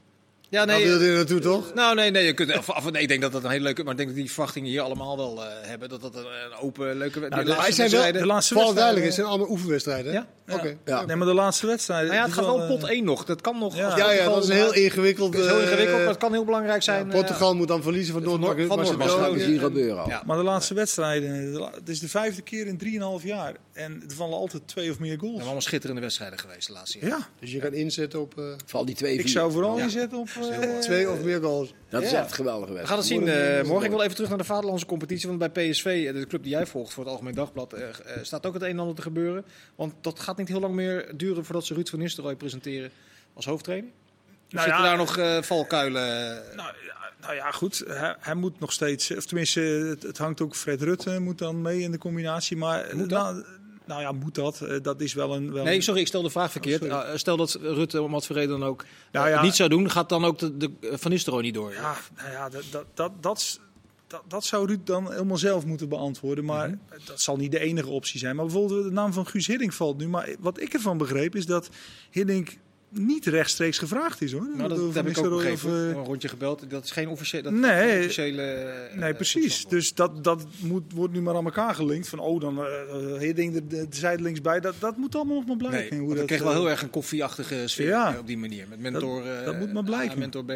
Speaker 3: Ja,
Speaker 4: Daar
Speaker 3: nee,
Speaker 4: wilde Nou, je naartoe, toch?
Speaker 3: Nou, nee, nee, je kunt, of, of- nee, ik denk dat dat een hele leuke... Maar ik denk dat die verwachtingen hier allemaal wel eh, hebben. Dat dat een, een open, leuke... Nou,
Speaker 6: de-
Speaker 4: Hij zijn wel,
Speaker 6: de laatste
Speaker 4: vooral duidelijk, het
Speaker 6: wedstrijden-
Speaker 4: zijn allemaal oefenwedstrijden. hè?
Speaker 3: Ja,
Speaker 6: ja.
Speaker 4: Oké.
Speaker 5: Ja.
Speaker 6: Nee, maar de laatste wedstrijd...
Speaker 3: Nou ja, het
Speaker 6: is
Speaker 3: gaat wel
Speaker 6: eh,
Speaker 3: pot 1 nog. Dat kan nog.
Speaker 6: Ja.
Speaker 3: als het
Speaker 4: Ja, ja,
Speaker 3: geval
Speaker 4: dat is een
Speaker 3: maar-
Speaker 4: heel ingewikkeld.
Speaker 3: Het is heel
Speaker 4: eh,
Speaker 3: ingewikkeld, maar het kan heel belangrijk zijn. eh,
Speaker 4: Portugal moet dan verliezen van
Speaker 3: Noord- van
Speaker 5: Dat
Speaker 3: Noord-Macedonië.
Speaker 5: is
Speaker 4: Noord-Macedonië.
Speaker 5: hier gebeuren al.
Speaker 3: Ja.
Speaker 6: Maar de laatste wedstrijden, de la- het is de vijfde keer in 3,5 jaar. En er vallen altijd twee of meer
Speaker 3: Er zijn
Speaker 6: goals.
Speaker 3: allemaal schitterende wedstrijden geweest de laatste jaren.
Speaker 6: Ja,
Speaker 4: Dus je kan inzetten op eh,
Speaker 5: Vooral die twee
Speaker 6: ik
Speaker 5: vier.
Speaker 6: zou vooral
Speaker 3: Ja.
Speaker 6: inzetten op... eh,
Speaker 4: twee of meer goals.
Speaker 5: Dat is
Speaker 3: Ja.
Speaker 5: echt geweldig geweest.
Speaker 3: We gaan het zien eh, morgen. Ik wil even terug naar de vaderlandse competitie. Want bij PSV, eh, de club die jij volgt voor het Algemeen Dagblad, eh, eh, staat ook het een en ander te gebeuren. Want dat gaat niet heel lang meer duren voordat ze Ruud van Nistelrooy presenteren als hoofdtrainer. Of
Speaker 6: Nou
Speaker 3: zitten
Speaker 6: ja,
Speaker 3: daar nog eh, valkuilen?
Speaker 6: Nou, ja, nou ja, goed. Hij, hij moet nog steeds... Of tenminste, het, het hangt ook... Fred Rutte moet dan mee in de combinatie. Maar,
Speaker 3: Moet dat?
Speaker 6: Nou, nou ja, moet dat? Eh, Dat is wel een... Wel
Speaker 3: Nee,
Speaker 6: een-
Speaker 3: sorry, ik stel de vraag verkeerd.
Speaker 6: Oh, sorry.
Speaker 3: Eh, stel dat Rutte om wat voor reden dan ook eh,
Speaker 6: Nou ja.
Speaker 3: het niet zou doen, gaat dan ook de, de Van eh, Nistelrooy niet door?
Speaker 6: Ja, nou ja, dat, dat, dat, dat is... dat, dat zou Ruud dan helemaal zelf moeten beantwoorden. Maar
Speaker 3: Mhm.
Speaker 6: dat zal niet de enige optie zijn. Maar bijvoorbeeld de naam van Guus Hiddink valt nu. Maar wat ik ervan begreep is dat Hiddink niet rechtstreeks gevraagd is hoor.
Speaker 3: Nou, dat,
Speaker 6: Door
Speaker 3: heb ik
Speaker 6: Van
Speaker 3: ook
Speaker 6: Nistelrooy
Speaker 3: begrepen.
Speaker 6: of, eh,
Speaker 3: Ik heb een rondje gebeld. Dat is geen officiële... dat is
Speaker 6: Nee.
Speaker 3: geen officiële eh,
Speaker 6: Nee,
Speaker 3: eh,
Speaker 6: precies.
Speaker 3: toestand.
Speaker 6: Dus dat, dat moet, wordt nu maar aan elkaar gelinkt. Van, oh, dan eh Hiddink er de, de zijdelings bij. Dat, dat moet allemaal nog maar blijken.
Speaker 3: Nee,
Speaker 6: hoe
Speaker 3: want ik
Speaker 6: dat,
Speaker 3: kreeg wel
Speaker 6: eh,
Speaker 3: heel erg een koffieachtige sfeer
Speaker 6: Ja.
Speaker 3: eh, op die manier. Met mentor eh,
Speaker 6: dat moet maar
Speaker 3: A,
Speaker 6: blijken.
Speaker 3: mentor B.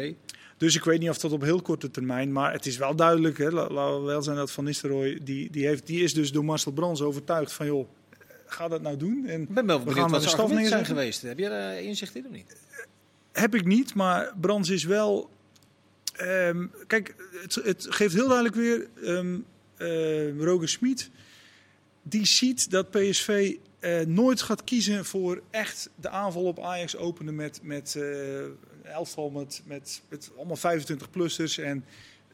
Speaker 6: Dus ik weet niet of dat op heel korte termijn, maar het is wel duidelijk. hè, la- Laten we wel zijn dat Van Nistelrooy, die, die, heeft, die is dus door Marcel Brands overtuigd van joh, ga dat nou doen. En
Speaker 3: Ik ben wel
Speaker 6: gaan
Speaker 3: benieuwd wat
Speaker 6: maar de
Speaker 3: de
Speaker 6: staf
Speaker 3: argumenten zijn
Speaker 6: neerzetten.
Speaker 3: geweest. Heb jij daar eh, inzicht in of niet?
Speaker 6: heb ik niet, maar Brands is wel... ehm, kijk, het, het geeft heel duidelijk weer ehm eh, Roger Smit. Die ziet dat PSV eh, nooit gaat kiezen voor echt de aanval op Ajax openen met, met eh, een elftal met, met, met allemaal 25-plussers. En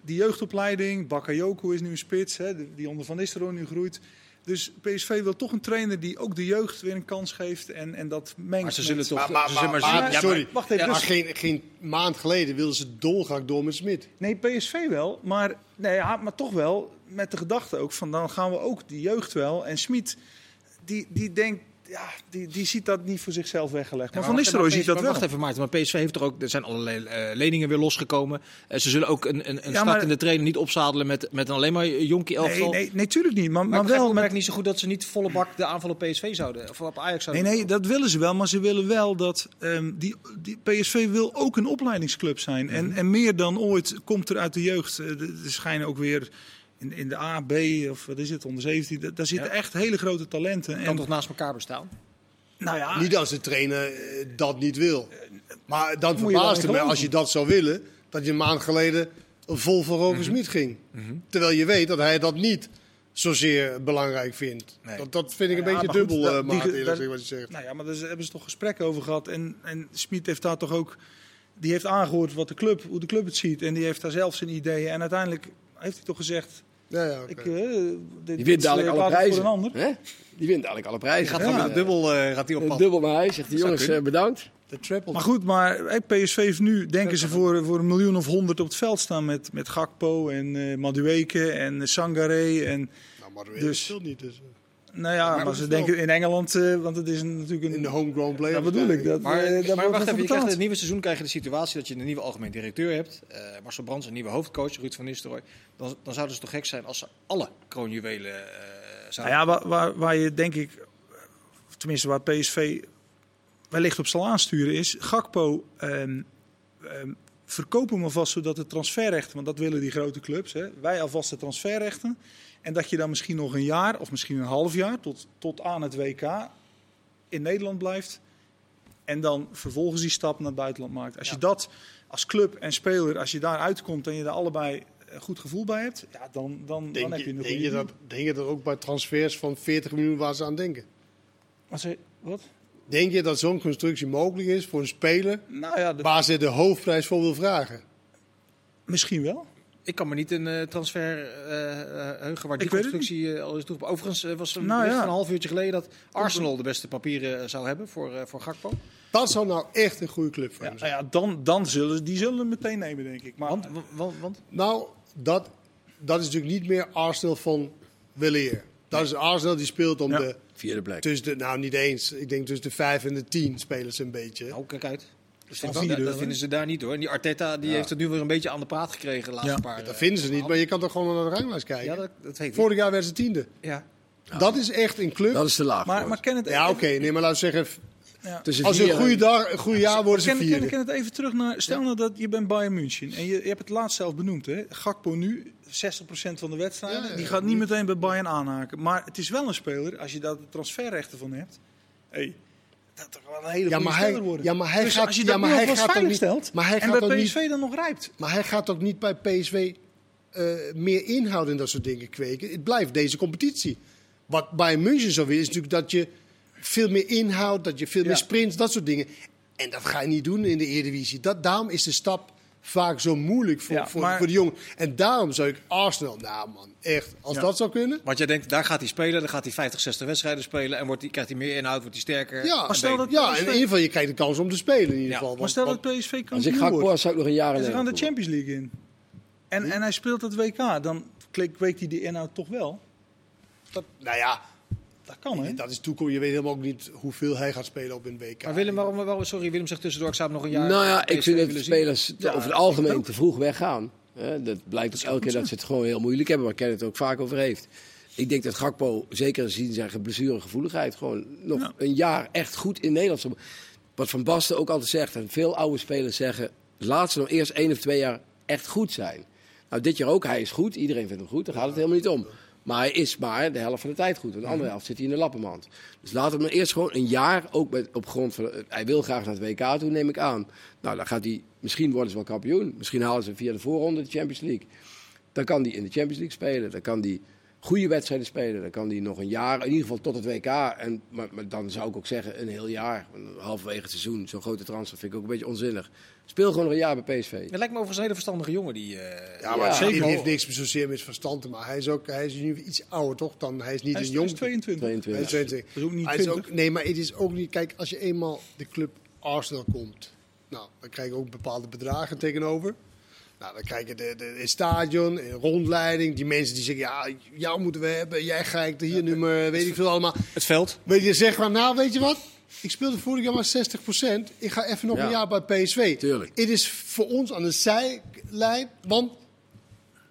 Speaker 6: die jeugdopleiding, Bakayoko is nu een spits, hè, die- die onder Van Nistelrooy nu groeit. Dus PSV wil toch een trainer die ook de jeugd weer een kans geeft en, en dat mengt.
Speaker 3: Maar ze
Speaker 6: met-
Speaker 3: zullen toch...
Speaker 4: maar-
Speaker 3: ze zullen
Speaker 4: maar-
Speaker 3: maar-
Speaker 4: maar-
Speaker 3: ja, maar-
Speaker 4: Ah, sorry.
Speaker 6: Wacht even,
Speaker 4: Maar
Speaker 6: dus-
Speaker 4: geen, geen maand geleden wilden ze dolgraag door met Smit.
Speaker 6: Nee, PSV wel, maar, nee, ja, maar toch wel met de gedachte ook van dan gaan we ook die jeugd wel. En Smit, die, die denkt, ja, die, die ziet dat niet voor zichzelf weggelegd. Maar,
Speaker 3: Ja,
Speaker 6: Van
Speaker 3: wacht even,
Speaker 6: Nistelrooy ziet
Speaker 3: maar PSV
Speaker 6: dat wel.
Speaker 3: Wacht even, Maarten. Maar PSV heeft er ook... Er zijn allerlei eh, leningen weer losgekomen. Eh, ze zullen ook een, een, een
Speaker 6: Ja, maar-
Speaker 3: startende trainer niet opzadelen met, met een alleen maar jonkie elftal.
Speaker 6: Nee, nee, nee, tuurlijk niet. Maar,
Speaker 3: Maar,
Speaker 6: maar
Speaker 3: wel,
Speaker 6: wel
Speaker 3: ik
Speaker 6: met
Speaker 3: merk niet zo goed dat ze niet volle bak de aanval op PSV zouden. Of op Ajax zouden.
Speaker 6: Nee, nee, dat willen ze wel. Maar ze willen wel dat ehm, die, die PSV wil ook een opleidingsclub zijn.
Speaker 3: Mhm.
Speaker 6: en, en meer dan ooit komt er uit de jeugd. eh, de- Er schijnen ook weer in, in de A, B of wat is het, onder 17. da- Daar zitten
Speaker 3: Ja.
Speaker 6: echt hele grote talenten.
Speaker 3: kan
Speaker 6: En,
Speaker 3: toch naast elkaar bestaan?
Speaker 6: nou ja,
Speaker 4: Niet als de trainer eh, dat niet wil. Maar dan
Speaker 6: moet je
Speaker 4: verbaasde
Speaker 6: wel in
Speaker 4: me,
Speaker 6: geloven.
Speaker 4: als je dat zou willen, dat je een maand geleden vol voor
Speaker 6: Mhm.
Speaker 4: Roger Smit ging. Terwijl je weet dat hij dat niet zozeer belangrijk vindt.
Speaker 3: Nee.
Speaker 4: Dat, dat vind ik een
Speaker 6: Ja,
Speaker 4: beetje
Speaker 6: maar goed,
Speaker 4: dubbel,
Speaker 6: dat-
Speaker 4: eh
Speaker 6: die-
Speaker 4: Maarten,
Speaker 6: dat-
Speaker 4: eerlijk gezegd, wat je zegt.
Speaker 6: Nou ja, maar daar is- hebben ze toch gesprekken over gehad. En, en Smit heeft daar toch ook. Die heeft aangehoord wat de club, hoe de club het ziet. En die heeft daar zelf zijn ideeën. En uiteindelijk heeft hij toch gezegd.
Speaker 4: Ja, ja, oké.
Speaker 6: Ik, eh, dit-
Speaker 5: Die
Speaker 6: dit
Speaker 5: wint
Speaker 6: is,
Speaker 5: dadelijk
Speaker 6: eh,
Speaker 5: alle
Speaker 6: water
Speaker 5: prijzen.
Speaker 6: Voor een ander.
Speaker 5: Hè? Die wint dadelijk alle prijzen.
Speaker 3: Gaat
Speaker 5: Ja.
Speaker 3: gewoon met
Speaker 5: Eh,
Speaker 3: dubbel eh, gaat hij op
Speaker 5: een
Speaker 3: pad.
Speaker 5: dubbel naar huis. Zegt die
Speaker 3: zou
Speaker 5: jongens
Speaker 3: kunnen.
Speaker 5: eh, bedankt.
Speaker 4: De triple.
Speaker 6: Maar goed, maar eh, PSV heeft nu, denken ze, voor, voor een miljoen of honderd op het veld staan. Met, met Gakpo en eh Madueke en Sangaré. En,
Speaker 4: nou, maar dat
Speaker 6: dus-
Speaker 4: dus. niet. Dus,
Speaker 6: nou ja, maar,
Speaker 4: dat
Speaker 6: ze
Speaker 4: is
Speaker 6: denken in Engeland, eh, want het is een- natuurlijk
Speaker 4: eh, in
Speaker 6: een...
Speaker 4: de homegrown player.
Speaker 6: dat bedoel ik. Dat,
Speaker 3: Maar,
Speaker 6: eh, daar
Speaker 3: maar
Speaker 6: wordt
Speaker 3: wacht
Speaker 6: voor
Speaker 3: even, je krijgt
Speaker 6: betaald.
Speaker 3: het nieuwe seizoen krijg je de situatie dat je een nieuwe algemeen directeur hebt. eh, Marcel Brands, een nieuwe hoofdcoach, Ruud van Nistelrooy. Dan, dan zouden ze toch gek zijn als ze alle kroonjuwelen eh, zouden...
Speaker 6: Nou ja, waar, waar, waar je denk ik, tenminste waar PSV wellicht op zal aansturen is, Gakpo ehm, ehm, verkoop hem alvast zodat de transferrechten, want dat willen die grote clubs, hè, wij alvast de transferrechten. En dat je dan misschien nog een jaar of misschien een half jaar tot, tot aan het WK in Nederland blijft. En dan vervolgens die stap naar het buitenland maakt. Als je dat als club en speler, als je daar uitkomt en je daar allebei een goed gevoel bij hebt, ja, dan, dan, dan
Speaker 4: Denk,
Speaker 6: heb je
Speaker 4: je,
Speaker 6: een
Speaker 4: denk,
Speaker 6: goede
Speaker 4: je
Speaker 6: deal.
Speaker 4: dat, denk je dat ook bij transfers van 40 miljoen waar ze aan denken?
Speaker 6: Wat zei- wat?
Speaker 4: Denk je dat zo'n constructie mogelijk is voor een speler
Speaker 6: Nou ja, dat-
Speaker 4: waar ze de hoofdprijs voor wil vragen?
Speaker 6: misschien wel.
Speaker 3: Ik kan me niet een eh, transfer eh, eh, heugen waar die
Speaker 6: Ik weet het
Speaker 3: constructie eh, al is toegevoegd. Overigens eh, was er een
Speaker 6: Nou
Speaker 3: bericht
Speaker 6: ja.
Speaker 3: van een half uurtje geleden dat Arsenal de beste papieren eh, zou hebben voor, eh, voor Gakpo.
Speaker 4: Dat zou nou echt een goede club voor
Speaker 6: Ja,
Speaker 4: hem zijn.
Speaker 6: nou ja, dan, dan zullen ze- die zullen hem meteen nemen, denk ik. Maar
Speaker 3: Want, wa- wa- want?
Speaker 4: Nou, dat, dat is natuurlijk niet meer Arsenal van weleer. Dat is Arsenal die speelt om
Speaker 6: Ja.
Speaker 4: de,
Speaker 5: Vierde plek.
Speaker 4: tussen de, nou niet eens, ik denk tussen de vijf en de tien spelen ze een beetje.
Speaker 3: Nou, kijk uit. Dat,
Speaker 6: van
Speaker 3: vinden-
Speaker 6: vierde,
Speaker 3: dat
Speaker 6: hè?
Speaker 3: vinden ze daar niet hoor. En die Arteta die heeft het nu weer een beetje aan de praat gekregen de laatste
Speaker 6: Ja.
Speaker 3: paar.
Speaker 4: Dat
Speaker 3: eh,
Speaker 4: vinden ze niet, maar je kan toch gewoon naar de ranglijst kijken.
Speaker 3: Ja, dat, dat weet ik.
Speaker 4: Vorig jaar werden ze tiende.
Speaker 3: Ja.
Speaker 4: Dat is echt een club.
Speaker 5: Dat is te laag.
Speaker 6: maar, maar ken het
Speaker 4: Ja,
Speaker 6: even-
Speaker 4: oké, nee, maar laten we zeggen,
Speaker 5: Tussen
Speaker 4: als ze
Speaker 5: vier
Speaker 4: een
Speaker 5: en-
Speaker 4: goede, dag, een goede jaar worden ze
Speaker 6: ken, ken,
Speaker 4: vierde.
Speaker 6: ken het even terug naar. Stel nou dat je bent Bayern München en je, je hebt het laatst zelf benoemd, hè? Gakpo nu 60% van de wedstrijden.
Speaker 4: Ja, ja,
Speaker 6: die
Speaker 4: ja.
Speaker 6: gaat niet meteen bij Bayern aanhaken. Maar het is wel een speler als je daar de transferrechten van hebt. Hey, dat toch wel een hele
Speaker 4: Ja,
Speaker 6: goede
Speaker 4: maar
Speaker 6: speler
Speaker 4: hij-
Speaker 6: worden.
Speaker 4: ja, maar hij
Speaker 6: dus
Speaker 4: gaat-
Speaker 6: als je
Speaker 4: ja,
Speaker 6: dat
Speaker 4: maar
Speaker 6: nu
Speaker 4: hij
Speaker 6: alvast
Speaker 4: gaat toch
Speaker 6: veilig
Speaker 4: niet-
Speaker 6: stelt
Speaker 4: maar hij
Speaker 6: en
Speaker 4: gaat
Speaker 6: dat
Speaker 4: toch niet-
Speaker 6: PSV dan nog rijpt.
Speaker 4: Maar hij gaat ook niet bij PSV eh, meer inhoud en dat soort dingen kweken. Het blijft deze competitie. Wat bij München zo weer is natuurlijk dat je veel meer inhoud, dat je veel meer
Speaker 6: Ja.
Speaker 4: sprints, dat soort dingen. En dat ga je niet doen in de Eredivisie. Dat, daarom is de stap vaak zo moeilijk voor,
Speaker 6: Ja,
Speaker 4: voor,
Speaker 6: maar-
Speaker 4: voor de jongen. En daarom zou ik Arsenal, nou man, echt, als
Speaker 6: Ja.
Speaker 4: dat zou kunnen.
Speaker 3: Want jij denkt, daar gaat hij spelen, dan gaat hij 50, 60 wedstrijden spelen en wordt, die- krijgt hij meer inhoud, wordt hij sterker.
Speaker 4: Ja,
Speaker 3: en
Speaker 6: stel
Speaker 3: beter.
Speaker 6: dat-
Speaker 4: ja, en in ieder geval, je krijgt de kans om te spelen in ieder
Speaker 3: Ja,
Speaker 4: geval.
Speaker 6: Maar
Speaker 4: Want-
Speaker 6: stel
Speaker 4: want-
Speaker 6: dat
Speaker 5: Als
Speaker 6: PSV
Speaker 5: ik
Speaker 6: kampioen
Speaker 5: Gakpo
Speaker 6: wordt.
Speaker 5: was, zou ik nog een jaar in
Speaker 6: En ze gaan de
Speaker 5: Nederland voetballen.
Speaker 6: Champions League in. En, en hij speelt het WK, dan kle- kweekt hij die inhoud toch wel.
Speaker 4: Dat, nou ja,
Speaker 6: Dat kan, hè?
Speaker 4: dat is toekomst. Je weet helemaal ook niet hoeveel hij gaat spelen op een WK.
Speaker 3: Maar Willem, waarom, waarom- sorry, Willem zegt tussendoor, ik zou hem nog een jaar...
Speaker 5: nou ja, ik
Speaker 3: PSV
Speaker 5: vind dat de
Speaker 3: willen
Speaker 5: spelers te-
Speaker 6: Ja,
Speaker 5: over het
Speaker 6: ik
Speaker 5: algemeen
Speaker 6: ook.
Speaker 5: te vroeg weggaan. Hè, dat blijkt ook elke keer dat ze het gewoon heel moeilijk hebben, waar Ken het ook vaak over heeft. Ik denk dat Gakpo, zeker zien zijn blessuregevoeligheid, gewoon nog
Speaker 6: Ja.
Speaker 5: een jaar echt goed in Nederland zal- Wat Van Basten ook altijd zegt, en veel oude spelers zeggen, laat ze nog eerst één of twee jaar echt goed zijn. Nou, dit jaar ook, hij is goed, iedereen vindt hem goed, daar gaat het helemaal niet om. Maar hij is maar de helft van de tijd goed, want de andere helft zit hij in de lappenmand. Dus laat hem eerst gewoon een jaar, ook met, op grond van, eh, hij wil graag naar het WK toe, neem ik aan. Nou, dan gaat hij, misschien worden ze wel kampioen, misschien halen ze via de voorronde de Champions League. Dan kan hij in de Champions League spelen. Dan kan hij goede wedstrijden spelen. Dan kan hij nog een jaar, in ieder geval tot het WK. En, maar, maar dan zou ik ook zeggen een heel jaar. Halverwege het seizoen. Zo'n grote transfer vind ik ook een beetje onzinnig. Speel gewoon nog een jaar bij PSV.
Speaker 3: Het lijkt me overigens een hele verstandige jongen die... eh,
Speaker 4: Ja, maar
Speaker 5: Ja.
Speaker 4: zeker
Speaker 6: Zeker.
Speaker 4: heeft niks zozeer met verstand te maken. Hij is ook hij is nu iets ouder, toch? Dan, hij is niet
Speaker 6: Hij is,
Speaker 4: een
Speaker 6: hij
Speaker 4: jong.
Speaker 6: is 22.
Speaker 5: 22.
Speaker 4: Hij is 22.
Speaker 6: Dat is ook niet
Speaker 4: Hij is
Speaker 6: 20.
Speaker 4: ook- nee, maar het is ook niet... Kijk, als je eenmaal de club Arsenal komt... Nou, dan krijg je ook bepaalde bedragen tegenover. Nou, dan krijg je de, de, het stadion, de rondleiding. Die mensen die zeggen, ja, jou moeten we hebben. Jij krijgt hier nummer, weet ik veel allemaal.
Speaker 3: Het veld.
Speaker 4: Weet je, zeg maar, nou, weet je wat? Ik speelde vorig jaar maar 60%. Ik ga even nog
Speaker 5: Ja.
Speaker 4: een jaar bij PSV.
Speaker 5: Tuurlijk.
Speaker 4: Het is voor ons aan de zijlijn, want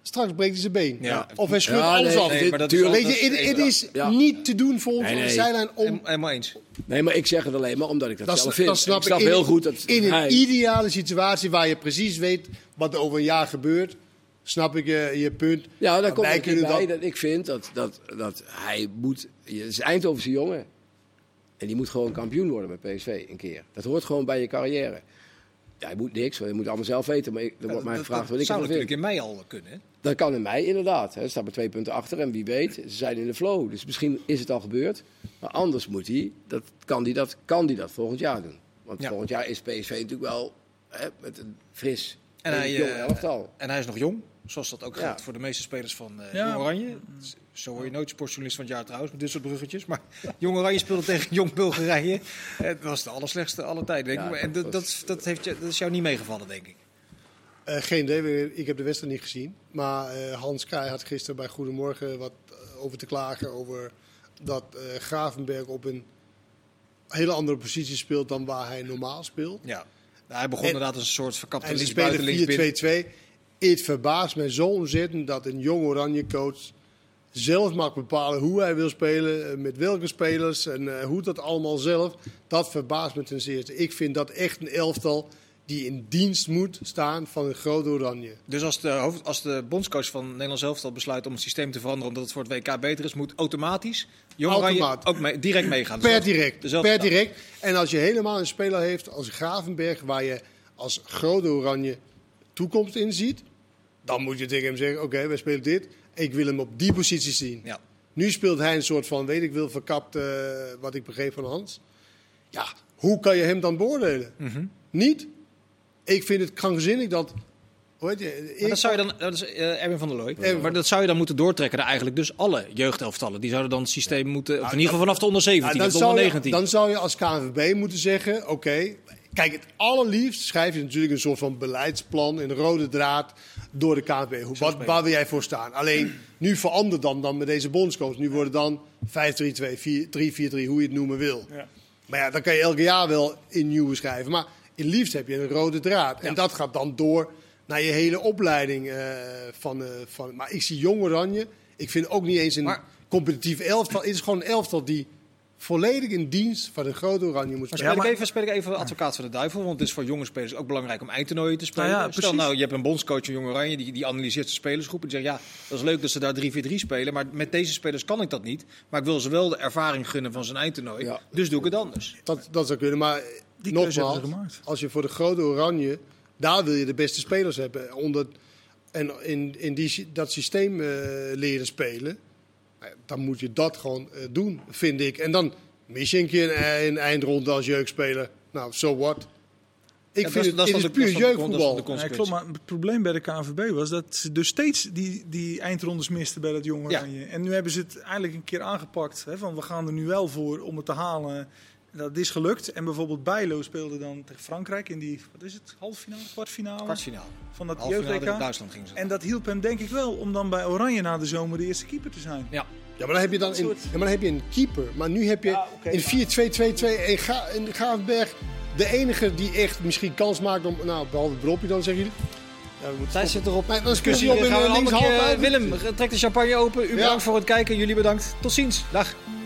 Speaker 4: straks breekt hij zijn been.
Speaker 3: Ja.
Speaker 4: Of hij scheurt
Speaker 5: Ja,
Speaker 4: alles
Speaker 5: nee,
Speaker 4: af.
Speaker 5: nee,
Speaker 3: maar dat
Speaker 5: tuurlijk.
Speaker 4: Weet je, het, het is
Speaker 5: Ja.
Speaker 4: niet te doen voor ons
Speaker 5: Nee,
Speaker 4: aan de
Speaker 5: nee.
Speaker 4: zijlijn om...
Speaker 3: Hem- Helemaal eens.
Speaker 5: Nee, maar ik zeg het alleen maar omdat ik dat,
Speaker 4: Dat,
Speaker 5: zelf
Speaker 4: sna-
Speaker 5: vind.
Speaker 4: dat snap
Speaker 5: ik snap
Speaker 4: in-
Speaker 5: heel goed dat
Speaker 4: in een
Speaker 5: hij-
Speaker 4: ideale situatie waar je precies weet wat er over een jaar gebeurt, snap ik je, je punt.
Speaker 5: Ja, daar
Speaker 4: Maar
Speaker 5: komt
Speaker 4: wij
Speaker 5: het bij
Speaker 4: kunnen
Speaker 5: dat...
Speaker 4: dat-
Speaker 5: ik vind dat, dat, dat hij moet... Het is een Eindhovense jongen. En die moet gewoon kampioen worden bij PSV een keer. Dat hoort gewoon bij je carrière. Ja, hij moet niks, hij moet allemaal zelf weten. Maar ik, er wordt mij
Speaker 3: Dat-
Speaker 5: gevraagd
Speaker 3: dat
Speaker 5: wat ik
Speaker 3: zou
Speaker 5: ervan
Speaker 3: natuurlijk
Speaker 5: vind.
Speaker 3: in mei al kunnen. hè?
Speaker 5: Dat kan in mei inderdaad. Hij staat maar twee punten achter en wie weet, ze zijn in de flow. Dus misschien is het al gebeurd. Maar anders moet hij, dat, kan hij dat, kan die dat volgend jaar doen. Want
Speaker 3: Ja.
Speaker 5: volgend jaar is PSV natuurlijk wel hè, met een fris
Speaker 3: En
Speaker 5: en
Speaker 3: hij,
Speaker 5: een jong
Speaker 3: eh,
Speaker 5: elftal.
Speaker 3: En hij is nog jong, zoals dat ook
Speaker 5: Ja.
Speaker 3: geldt voor de meeste spelers van eh
Speaker 6: Ja.
Speaker 3: Jong Oranje. Zo hoor je nooit sportjournalist van het jaar trouwens, met dit soort bruggetjes. Maar Jong Oranje speelde tegen Jong Bulgarije. Het was de allerslechtste alle tijden. Denk ik.
Speaker 5: Ja,
Speaker 3: en
Speaker 5: dat
Speaker 3: dat, dat, dat, heeft, je- dat is jou niet meegevallen, denk ik.
Speaker 4: Eh, geen idee, ik heb de wedstrijd niet gezien. Maar eh, Hans Krij had gisteren bij Goedemorgen wat eh, over te klagen. Over dat eh, Gravenberg op een hele andere positie speelt dan waar hij normaal speelt.
Speaker 3: Ja. Nou, hij begon
Speaker 4: En-
Speaker 3: inderdaad als een soort verkapte
Speaker 4: En ze
Speaker 3: links buiten, links binnen.
Speaker 4: spelen 4-2-2. Het verbaast mij zo ontzettend dat een jong oranje coach zelf mag bepalen hoe hij wil spelen, eh, met welke spelers en eh, hoe dat allemaal zelf. Dat verbaast me ten zeerste. Ik vind dat echt een elftal die in dienst moet staan van een groot oranje.
Speaker 3: Dus als de, hoofd, als de bondscoach van Nederland zelf al besluit om het systeem te veranderen omdat het voor het WK beter is, moet automatisch Jong Oranje
Speaker 4: Automaat.
Speaker 3: ook mee- direct meegaan.
Speaker 4: Per
Speaker 3: Dezelfde-
Speaker 4: direct.
Speaker 3: dezelfde
Speaker 4: Per
Speaker 3: taal.
Speaker 4: direct. En als je helemaal een speler heeft als Gravenberg, waar je als grote oranje toekomst in ziet, dan moet je tegen hem zeggen: Oké, wij spelen dit. Ik wil hem op die positie zien.
Speaker 3: Ja.
Speaker 4: Nu speelt hij een soort van, weet ik wil, verkapt, eh, wat ik begreep van Hans. Ja, hoe kan je hem dan beoordelen?
Speaker 3: Mhm.
Speaker 4: Niet? Ik vind het krankzinnig dat. Hoe heet je?
Speaker 3: Maar dat zou je dan, dat is, eh, Erwin van der Looy,
Speaker 4: Erwin.
Speaker 3: maar dat zou je dan moeten doortrekken naar eigenlijk dus alle jeugdelftallen. Die zouden dan het systeem moeten, of in ieder geval vanaf de onder 17
Speaker 4: Nou, Ja,
Speaker 3: tot de onder
Speaker 4: zou
Speaker 3: 19.
Speaker 4: Je, dan zou je als KNVB moeten zeggen: oké, kijk, het allerliefst schrijf je natuurlijk een soort van beleidsplan in rode draad door de KNVB. Hoe- Wat, waar wil jij voor staan? Alleen nu verandert dan, dan met deze bondscoach. Nu worden dan 5-3-2, 4-3-4-3, hoe je het noemen wil.
Speaker 6: Ja.
Speaker 4: Maar ja, dan kan je elk jaar wel in nieuwe schrijven. Maar het liefst heb je een rode draad. En dat gaat dan door naar je hele opleiding. eh, van, eh, van, maar ik zie Jong Oranje. Ik vind ook niet eens een
Speaker 3: Maar-
Speaker 4: competitief elftal. Het is gewoon een elftal die volledig in dienst van de grote Oranje moet
Speaker 3: Maar
Speaker 4: spelen.
Speaker 3: speel, ik even, speel ik even advocaat van de duivel, want het is voor jonge spelers ook belangrijk om eindtoernooien te spelen.
Speaker 6: Nou ja,
Speaker 3: Stel
Speaker 6: precies.
Speaker 3: nou, je hebt een bondscoach van Jong Oranje, die, die analyseert de spelersgroep en die zegt ja, dat is leuk dat ze daar 3-4-3 spelen, maar met deze spelers kan ik dat niet. Maar ik wil ze wel de ervaring gunnen van zijn eindtoernooi,
Speaker 5: Ja.
Speaker 3: dus doe ik het anders.
Speaker 4: Dat, dat zou kunnen, maar
Speaker 6: Die keuze
Speaker 4: nogmaals,
Speaker 6: hebben ze gemaakt.
Speaker 4: als je voor de grote oranje, daar wil je de beste spelers hebben. Onder, en in, in die, sy- dat systeem eh, leren spelen, nou ja, dan moet je dat gewoon eh, doen, vind ik. En dan mis je een keer een, een eindronde als jeugdspeler. Nou, so what? Ik
Speaker 3: Ja, dat
Speaker 4: vind het,
Speaker 3: is
Speaker 4: het
Speaker 3: dan
Speaker 4: is
Speaker 3: de- dat
Speaker 4: puur
Speaker 3: is dan de- dat is dan de
Speaker 4: jeugdvoetbal.
Speaker 3: consequentie.
Speaker 6: Ja, klopt, maar het probleem bij de KNVB was dat ze dus steeds die, die eindrondes misten bij dat jonge
Speaker 3: Ja.
Speaker 6: Oranje. En nu hebben ze het eigenlijk een keer aangepakt. Hè, van we gaan er nu wel voor om het te halen. dat is gelukt. En bijvoorbeeld Bijlo speelde dan tegen Frankrijk in die, wat is het, halffinale, kwartfinale
Speaker 3: Kwartfinale.
Speaker 6: van dat
Speaker 3: Halffinale in
Speaker 6: jeugd-EK.
Speaker 3: Duitsland ging ze.
Speaker 6: En dat hielp hem denk ik wel om dan bij Oranje na de zomer de eerste keeper te zijn.
Speaker 3: Ja.
Speaker 4: Ja, maar dan heb je dan, in, ja, maar dan heb je een keeper. Maar nu heb je
Speaker 6: Ja, oké,
Speaker 4: in
Speaker 6: maar-
Speaker 4: 4-2-2-2 in, Ga, in Gravenberg de enige die echt misschien kans maakt om... Nou, behalve Bropje dan, zeggen jullie. Ja, we moeten
Speaker 3: Tijd
Speaker 4: stoppen.
Speaker 3: zit erop.
Speaker 4: Nee, dan is Kussie op
Speaker 3: Hier
Speaker 4: in
Speaker 3: gaan we
Speaker 4: eh,
Speaker 3: een
Speaker 4: links
Speaker 3: ander keer-
Speaker 4: half uit.
Speaker 3: Willem, trek de champagne open. U bedankt voor het kijken. Jullie bedankt. Tot ziens. Dag.